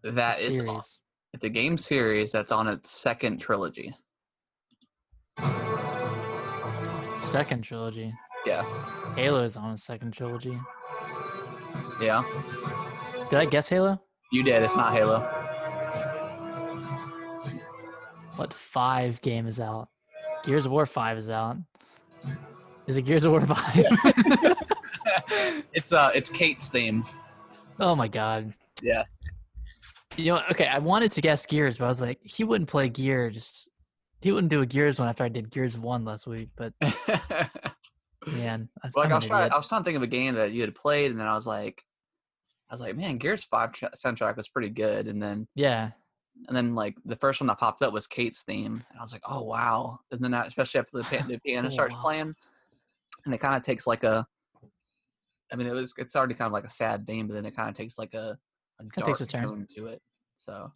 Speaker 1: that is. on-
Speaker 2: Series.
Speaker 1: Uh, It's a game series that's on its second trilogy.
Speaker 2: Second trilogy.
Speaker 1: Yeah.
Speaker 2: Halo is on a second trilogy.
Speaker 1: Yeah,
Speaker 2: Did I guess Halo?
Speaker 1: you did. It's not Halo.
Speaker 2: What five game is out? Gears of War five is out. Is it Gears of War five?
Speaker 1: It's uh, it's Kate's theme.
Speaker 2: oh my god.
Speaker 1: Yeah.
Speaker 2: You know, okay, I wanted to guess Gears, but I was like, he wouldn't play Gears. He wouldn't do a Gears one after I did Gears one last week. But man, I,
Speaker 1: Well, like I
Speaker 2: I'm an
Speaker 1: was trying,
Speaker 2: idiot.
Speaker 1: I was trying to think of a game that you had played, and then I was like, I was like, man, Gears Five tra- soundtrack was pretty good, and then
Speaker 2: yeah,
Speaker 1: and then like the first one that popped up was Kate's theme, and I was like, oh wow, and then I, especially after the, pa- the piano
Speaker 2: Oh,
Speaker 1: starts
Speaker 2: wow.
Speaker 1: playing, and it kind of takes like a, I mean, it was it's already kind of like a sad theme, but then it kind of takes like a, a dark
Speaker 2: takes a turn.
Speaker 1: tone to it. So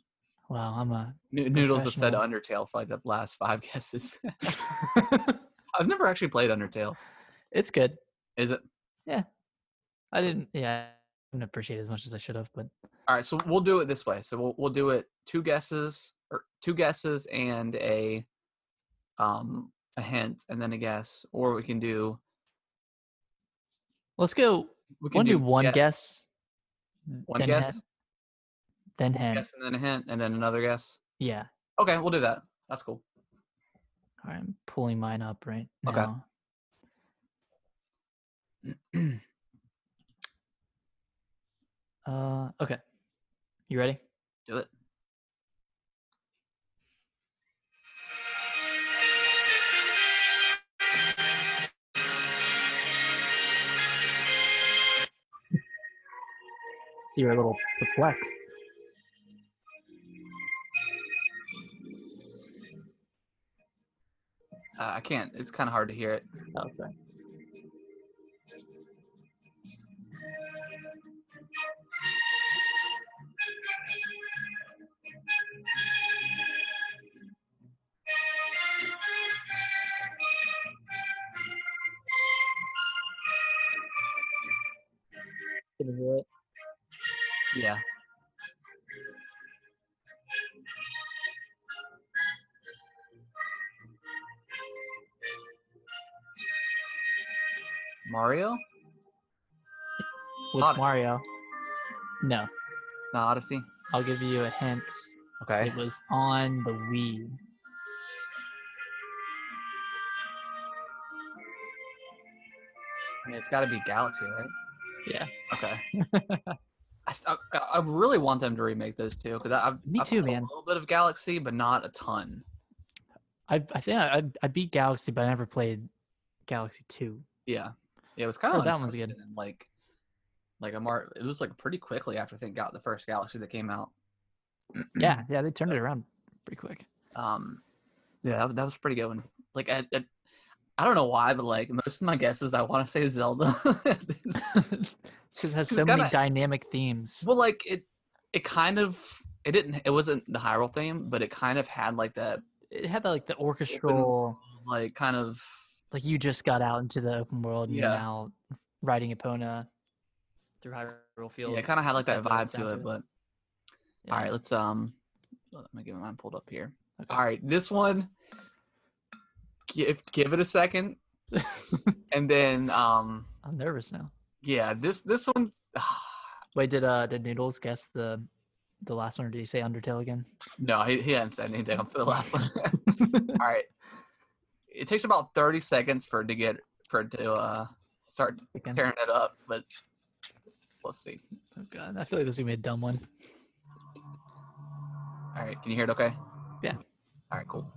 Speaker 2: wow, I'm a
Speaker 1: Noo- Noodles has said Undertale for like the last five guesses. I've never actually played Undertale.
Speaker 2: it's good.
Speaker 1: Is it?
Speaker 2: I didn't, yeah, I didn't appreciate it as much as I should have, but
Speaker 1: All right, so we'll do it this way. So we'll we'll do it two guesses or two guesses and a um a hint and then a guess, or we can do
Speaker 2: let's go.
Speaker 1: we can
Speaker 2: Want to do one
Speaker 1: guess,
Speaker 2: guess,
Speaker 1: one
Speaker 2: then
Speaker 1: guess,
Speaker 2: hint, then hint.
Speaker 1: guess, and then a hint, and then another guess.
Speaker 2: Yeah.
Speaker 1: Okay, we'll do that. That's cool.
Speaker 2: All right, I'm pulling mine up right now.
Speaker 1: Okay.
Speaker 2: uh, okay. You ready?
Speaker 1: Do it.
Speaker 2: See, you're a little perplexed.
Speaker 1: Uh, I can't. It's kind of hard to hear it.
Speaker 2: Oh, sorry. Can you hear it?
Speaker 1: Yeah. Mario?
Speaker 2: Which
Speaker 1: Odyssey.
Speaker 2: Mario? No,
Speaker 1: No, Odyssey.
Speaker 2: I'll give you a hint.
Speaker 1: Okay.
Speaker 2: It was on the Wii.
Speaker 1: I mean, it's got to be Galaxy, right?
Speaker 2: Yeah.
Speaker 1: Okay. I, s- I- I- I really want them to remake those two because I've
Speaker 2: Me
Speaker 1: I've
Speaker 2: too,
Speaker 1: played
Speaker 2: man.
Speaker 1: A little bit of Galaxy, but not a ton.
Speaker 2: I I think I I- I beat Galaxy, but I never played Galaxy Two.
Speaker 1: Yeah, yeah, it was kind
Speaker 2: Oh,
Speaker 1: of
Speaker 2: that one's good.
Speaker 1: Like, like a mar. It was like pretty quickly after I think got the first Galaxy that came out.
Speaker 2: Yeah, yeah, they turned
Speaker 1: Uh,
Speaker 2: it around pretty quick.
Speaker 1: Um, yeah, that, that was a pretty good one. Like, I, I, I don't know why, but like most of my guesses, I want to say Zelda.
Speaker 2: Because it has
Speaker 1: It's
Speaker 2: so many
Speaker 1: gotta-
Speaker 2: dynamic themes.
Speaker 1: well, like it, it kind of it didn't. It wasn't the Hyrule theme, but it kind of had like that,
Speaker 2: It had the, like the orchestral,
Speaker 1: like kind of
Speaker 2: like you just got out into the open world and
Speaker 1: Yeah.
Speaker 2: you're now riding Epona through Hyrule Field.
Speaker 1: yeah, it kind of had like that
Speaker 2: that
Speaker 1: vibe
Speaker 2: does
Speaker 1: to
Speaker 2: sound
Speaker 1: it.
Speaker 2: good.
Speaker 1: But
Speaker 2: Yeah.
Speaker 1: all right, let's um, let me get mine pulled up here.
Speaker 2: Okay.
Speaker 1: All right, this one. Give give it a second, and then um,
Speaker 2: I'm nervous now.
Speaker 1: yeah, this this one.
Speaker 2: Wait, did uh did Noodles guess the the last one, or did he say Undertale again?
Speaker 1: No, he, he hadn't said anything for the last one. All right, it takes about thirty seconds for it to get for it to uh start
Speaker 2: Again?
Speaker 1: tearing it up, but let's see.
Speaker 2: Oh god, I feel like this is gonna be a dumb one.
Speaker 1: All right, can you hear it? Okay.
Speaker 2: Yeah.
Speaker 1: All right, cool.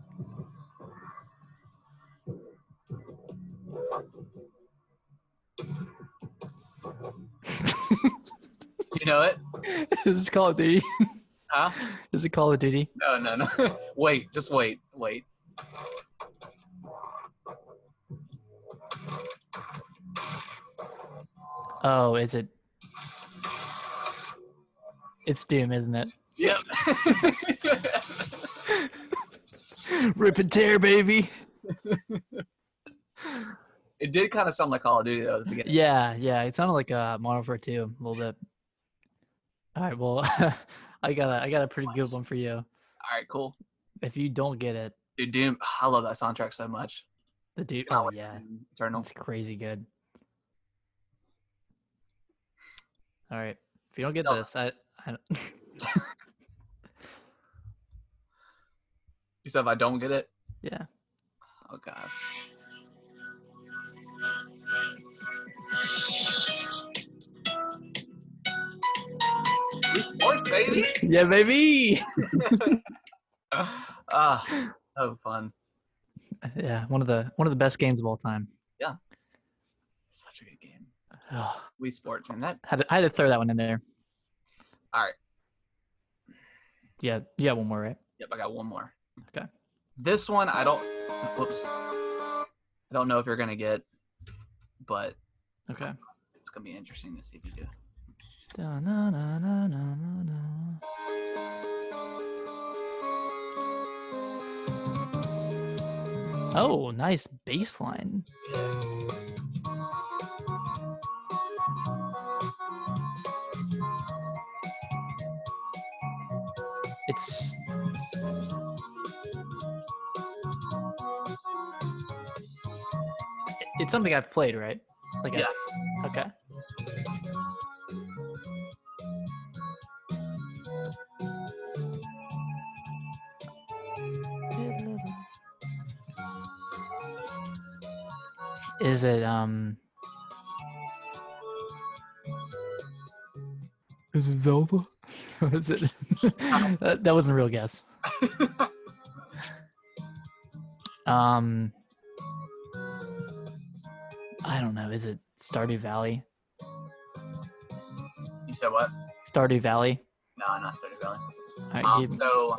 Speaker 1: Do you know it?
Speaker 2: this is Call of Duty.
Speaker 1: Huh?
Speaker 2: This is Call of Duty.
Speaker 1: No, no, no. wait, just wait, wait.
Speaker 2: Oh, is it? It's Doom, isn't it?
Speaker 1: Yep.
Speaker 2: Rip and tear, baby.
Speaker 1: it did kind of sound like Call of Duty though at the beginning.
Speaker 2: Yeah, yeah. It sounded like uh, Modern Warfare 2 a little bit. All right, well, I got a I got a pretty good
Speaker 1: Nice.
Speaker 2: one for you.
Speaker 1: All right, cool.
Speaker 2: If you don't get it,
Speaker 1: Dude, Doom. I love that soundtrack so much.
Speaker 2: the dude.
Speaker 1: Cannot
Speaker 2: Oh
Speaker 1: wait for
Speaker 2: yeah,
Speaker 1: Doom Eternal.
Speaker 2: it's crazy good. All right, if you don't get
Speaker 1: No.
Speaker 2: this, I, I don't-
Speaker 1: You said if I don't get it.
Speaker 2: yeah.
Speaker 1: Oh god. It's horse, baby.
Speaker 2: Yeah, baby.
Speaker 1: Ah, so fun.
Speaker 2: Yeah, one of the one of the best games of all time.
Speaker 1: Such a good game.
Speaker 2: Oh,
Speaker 1: Wii Sports, man. That
Speaker 2: had to, I had to throw that one in there.
Speaker 1: All right.
Speaker 2: Yeah, yeah, one more, right?
Speaker 1: Yep, I got one more.
Speaker 2: Okay.
Speaker 1: This one I don't whoops. I don't know if you're gonna get, but
Speaker 2: Okay.
Speaker 1: it's gonna be interesting to see if you do.
Speaker 2: Da, na, na, na, na, na, na. Oh, nice bass line. It's it's something I've played, right? Like I've- Okay. Is it um Is it Zelda? Is it that, that wasn't a real guess. um I don't know, is it Stardew Valley?
Speaker 1: You said what?
Speaker 2: Stardew Valley.
Speaker 1: No, not Stardew Valley.
Speaker 2: I
Speaker 1: Um,
Speaker 2: gave-
Speaker 1: so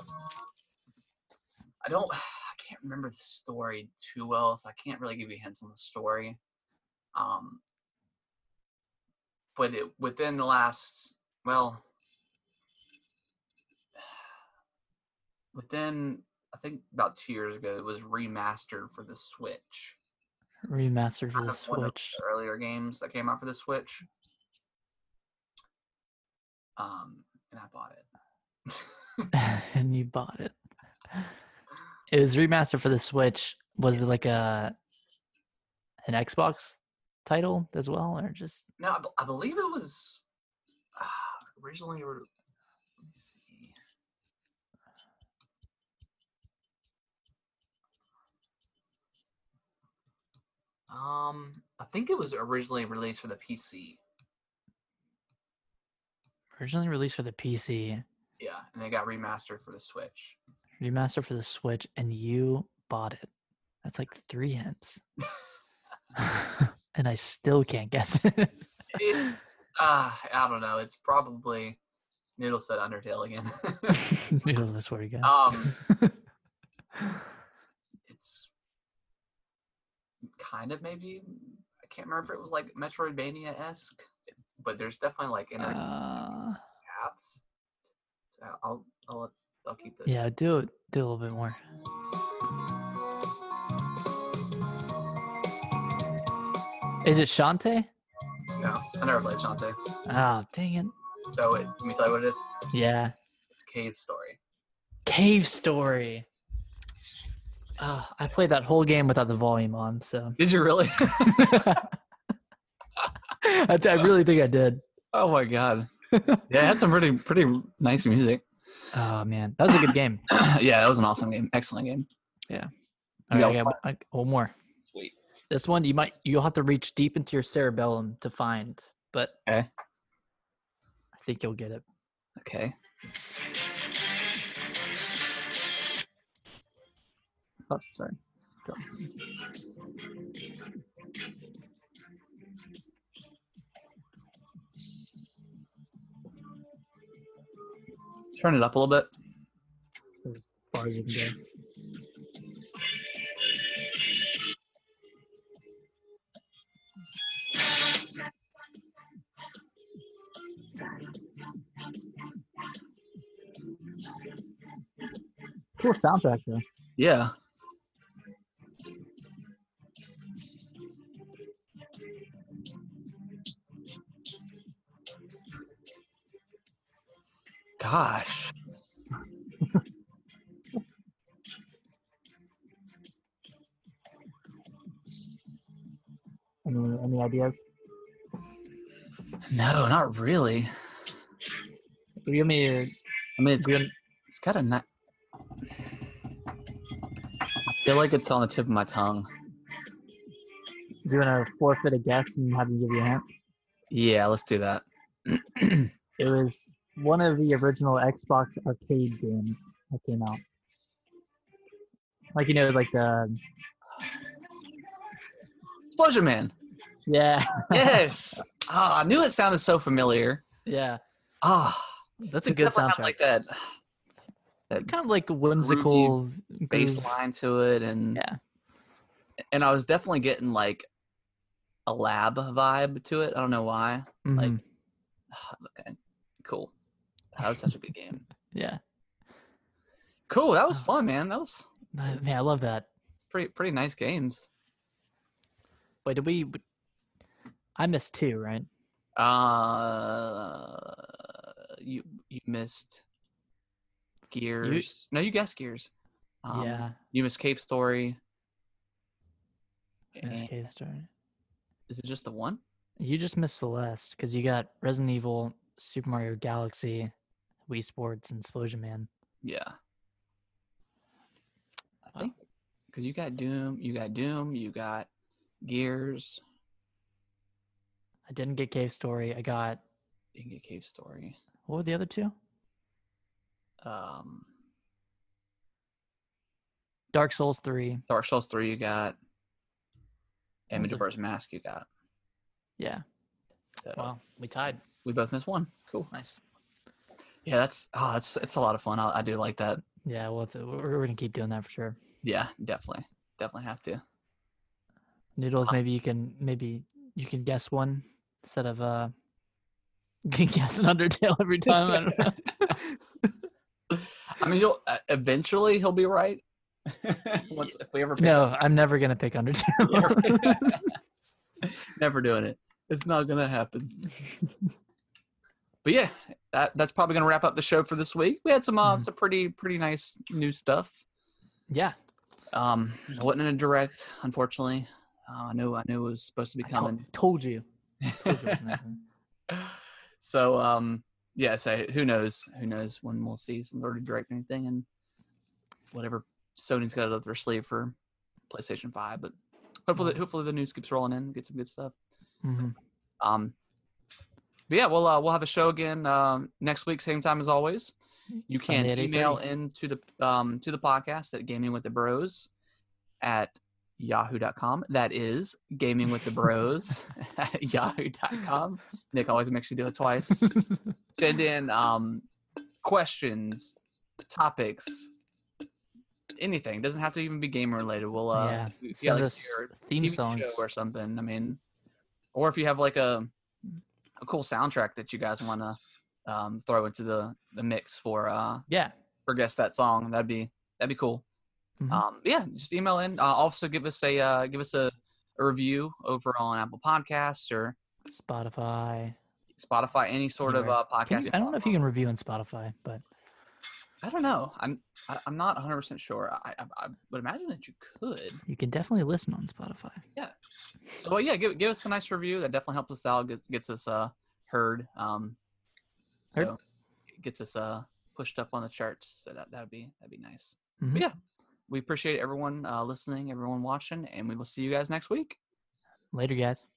Speaker 1: I don't I can't remember the story too well, so I can't really give you hints on the story. Um but it within the last well within I think about two years ago it was remastered for the Switch.
Speaker 2: remastered for
Speaker 1: kind
Speaker 2: the
Speaker 1: of one of
Speaker 2: Switch.
Speaker 1: the earlier games that came out for the Switch. Um and I bought it.
Speaker 2: and you bought it. It was remastered for the Switch. Was it like a an Xbox title as well, or just
Speaker 1: No, I, b- I believe it was uh, originally. re- Let me see. Um, I think it was originally released for the PC.
Speaker 2: originally released for the PC,
Speaker 1: Yeah, and they got remastered for the Switch.
Speaker 2: remastered for the Switch, and you bought it? That's like three hints, and I still can't guess it.
Speaker 1: It's, uh, I don't know. It's probably Noodle said Undertale again.
Speaker 2: Noodles, I swear to God.
Speaker 1: um, it's kind of maybe I can't remember if it was like Metroidvania esque, but there's definitely like inner
Speaker 2: Uh,
Speaker 1: paths. So I'll I'll let- I'll keep it.
Speaker 2: yeah, do it. Do a little bit more. Is it Shantae?
Speaker 1: No, I never played Shantae.
Speaker 2: Oh, dang it.
Speaker 1: So it, let me tell you what it is.
Speaker 2: Yeah.
Speaker 1: It's Cave Story.
Speaker 2: Cave Story. Uh, I played that whole game without the volume on, so.
Speaker 1: Did you really?
Speaker 2: I, th- I really think I did.
Speaker 1: oh my god. Yeah, it had some pretty pretty nice music.
Speaker 2: Oh, man. That was a good game.
Speaker 1: yeah, that was an awesome game. Excellent game.
Speaker 2: All
Speaker 1: Yeah,
Speaker 2: right, I got I, one more.
Speaker 1: Sweet.
Speaker 2: This one you might you'll have to reach deep into your cerebellum to find, but
Speaker 1: Okay.
Speaker 2: I think you'll get it.
Speaker 1: Okay.
Speaker 2: Oh, sorry.
Speaker 1: Turn it up a little bit.
Speaker 2: As far as you can go. Cool soundtrack though.
Speaker 1: Yeah. Gosh.
Speaker 2: Any any ideas?
Speaker 1: No, not really.
Speaker 2: Give me your.
Speaker 1: I mean, it's,
Speaker 2: do you-
Speaker 1: it's got a ni- I feel like it's on the tip of my tongue.
Speaker 2: do you want to forfeit a guess and have me give you a hint?
Speaker 1: Yeah, let's do that.
Speaker 2: It was one of the original Xbox arcade games that came out. Like you know, like uh, the
Speaker 1: Explosion Man.
Speaker 2: yeah,
Speaker 1: Yes. Ah, I knew it sounded so familiar.
Speaker 2: yeah.
Speaker 1: Ah,
Speaker 2: That's a
Speaker 1: it
Speaker 2: good
Speaker 1: definitely had,
Speaker 2: soundtrack.
Speaker 1: Like that
Speaker 2: kind of like whimsical
Speaker 1: bass
Speaker 2: groove.
Speaker 1: line to it, and
Speaker 2: Yeah.
Speaker 1: and I was definitely getting like a lab vibe to it. I don't know why. like-
Speaker 2: Mhm,
Speaker 1: Okay, cool. That was such a good game.
Speaker 2: yeah,
Speaker 1: Cool. That was
Speaker 2: Oh.
Speaker 1: fun, man. That was
Speaker 2: Uh, man, I love that.
Speaker 1: pretty pretty nice games.
Speaker 2: Wait, did we? w- I missed two, right?
Speaker 1: Uh, you you missed Gears. no, you guessed Gears. Um,
Speaker 2: yeah,
Speaker 1: You missed Cave Story.
Speaker 2: missed
Speaker 1: and-
Speaker 2: Cave Story.
Speaker 1: Is it just the one?
Speaker 2: You just missed Celeste because you got Resident Evil, Super Mario Galaxy, Wii Sports, and Explosion Man.
Speaker 1: Yeah. I
Speaker 2: Wow.
Speaker 1: think because you got Doom, you got Doom, you got Gears,
Speaker 2: I didn't get Cave Story. I got
Speaker 1: you can get Cave Story.
Speaker 2: what were the other two?
Speaker 1: Um,
Speaker 2: Dark Souls three.
Speaker 1: Dark Souls 3, you got. And
Speaker 2: Those are-
Speaker 1: Middle-earth's Mask, you got.
Speaker 2: Yeah.
Speaker 1: So
Speaker 2: Wow, we tied.
Speaker 1: we both missed one. Cool.
Speaker 2: Nice.
Speaker 1: Yeah, that's oh, that's it's a lot of fun. I, I do like that.
Speaker 2: Yeah, well, it's- we're, we're gonna keep doing that for sure.
Speaker 1: Yeah, definitely, definitely have to.
Speaker 2: Noodles,
Speaker 1: Uh,
Speaker 2: maybe you can maybe you can guess one instead of uh, guessing Undertale every time. I don't know.
Speaker 1: I mean, you'll uh, eventually he'll be right. Once if we ever pick
Speaker 2: No, I'm never gonna pick Undertale.
Speaker 1: never doing it. It's not gonna happen. but yeah, that, that's probably gonna wrap up the show for this week. We had some uh,
Speaker 2: Mhm.
Speaker 1: some pretty pretty nice new stuff.
Speaker 2: yeah,
Speaker 1: Um, it wasn't in a direct, unfortunately. Uh, I knew I knew it was supposed to be
Speaker 2: I told-
Speaker 1: coming.
Speaker 2: told you. Told you it was gonna happen.
Speaker 1: so um, yeah. So who knows? Who knows when we'll see some sort of direct or anything and whatever Sony's got up their sleeve for PlayStation Five. But hopefully,
Speaker 2: Mhm.
Speaker 1: hopefully the news keeps rolling in. Get some good stuff.
Speaker 2: Mhm.
Speaker 1: Um, but yeah, we'll uh, we'll have a show again um, next week, same time as always. You can
Speaker 2: Sunday at 8:30.
Speaker 1: email in to the um, to the podcast at gaming with the bros at yahoo.com. That is gaming with the bros at yahoo.com. Nick always makes you do it twice. Send in um, questions, topics, anything. doesn't have to even be game related. We'll uh,
Speaker 2: Yeah,
Speaker 1: we-
Speaker 2: send
Speaker 1: like
Speaker 2: us
Speaker 1: your
Speaker 2: theme
Speaker 1: TV show
Speaker 2: songs.
Speaker 1: or something. I mean, or if you have like a a cool soundtrack that you guys want to um, throw into the the mix for uh
Speaker 2: Yeah.
Speaker 1: for guess that song, that'd be that'd be cool.
Speaker 2: Mhm.
Speaker 1: Um, yeah, just email in. Uh, also, give us a uh, give us a, a review over on Apple Podcasts or
Speaker 2: Spotify.
Speaker 1: Spotify, any sort of
Speaker 2: Anywhere.
Speaker 1: uh,
Speaker 2: Can
Speaker 1: podcast.
Speaker 2: you- I don't know if you
Speaker 1: platform.
Speaker 2: can review on Spotify, but
Speaker 1: I don't know. I'm I, I'm not 100 percent sure. I, I I would imagine that you could.
Speaker 2: you can definitely listen on Spotify.
Speaker 1: So yeah, give give us a nice review. That definitely helps us out. Get, gets us uh heard. Um, so
Speaker 2: Heard.
Speaker 1: it gets us uh pushed up on the charts. So that that'd be that'd be nice.
Speaker 2: Mhm.
Speaker 1: yeah. We appreciate everyone uh, listening, everyone watching, and we will see you guys next week.
Speaker 2: Later, guys.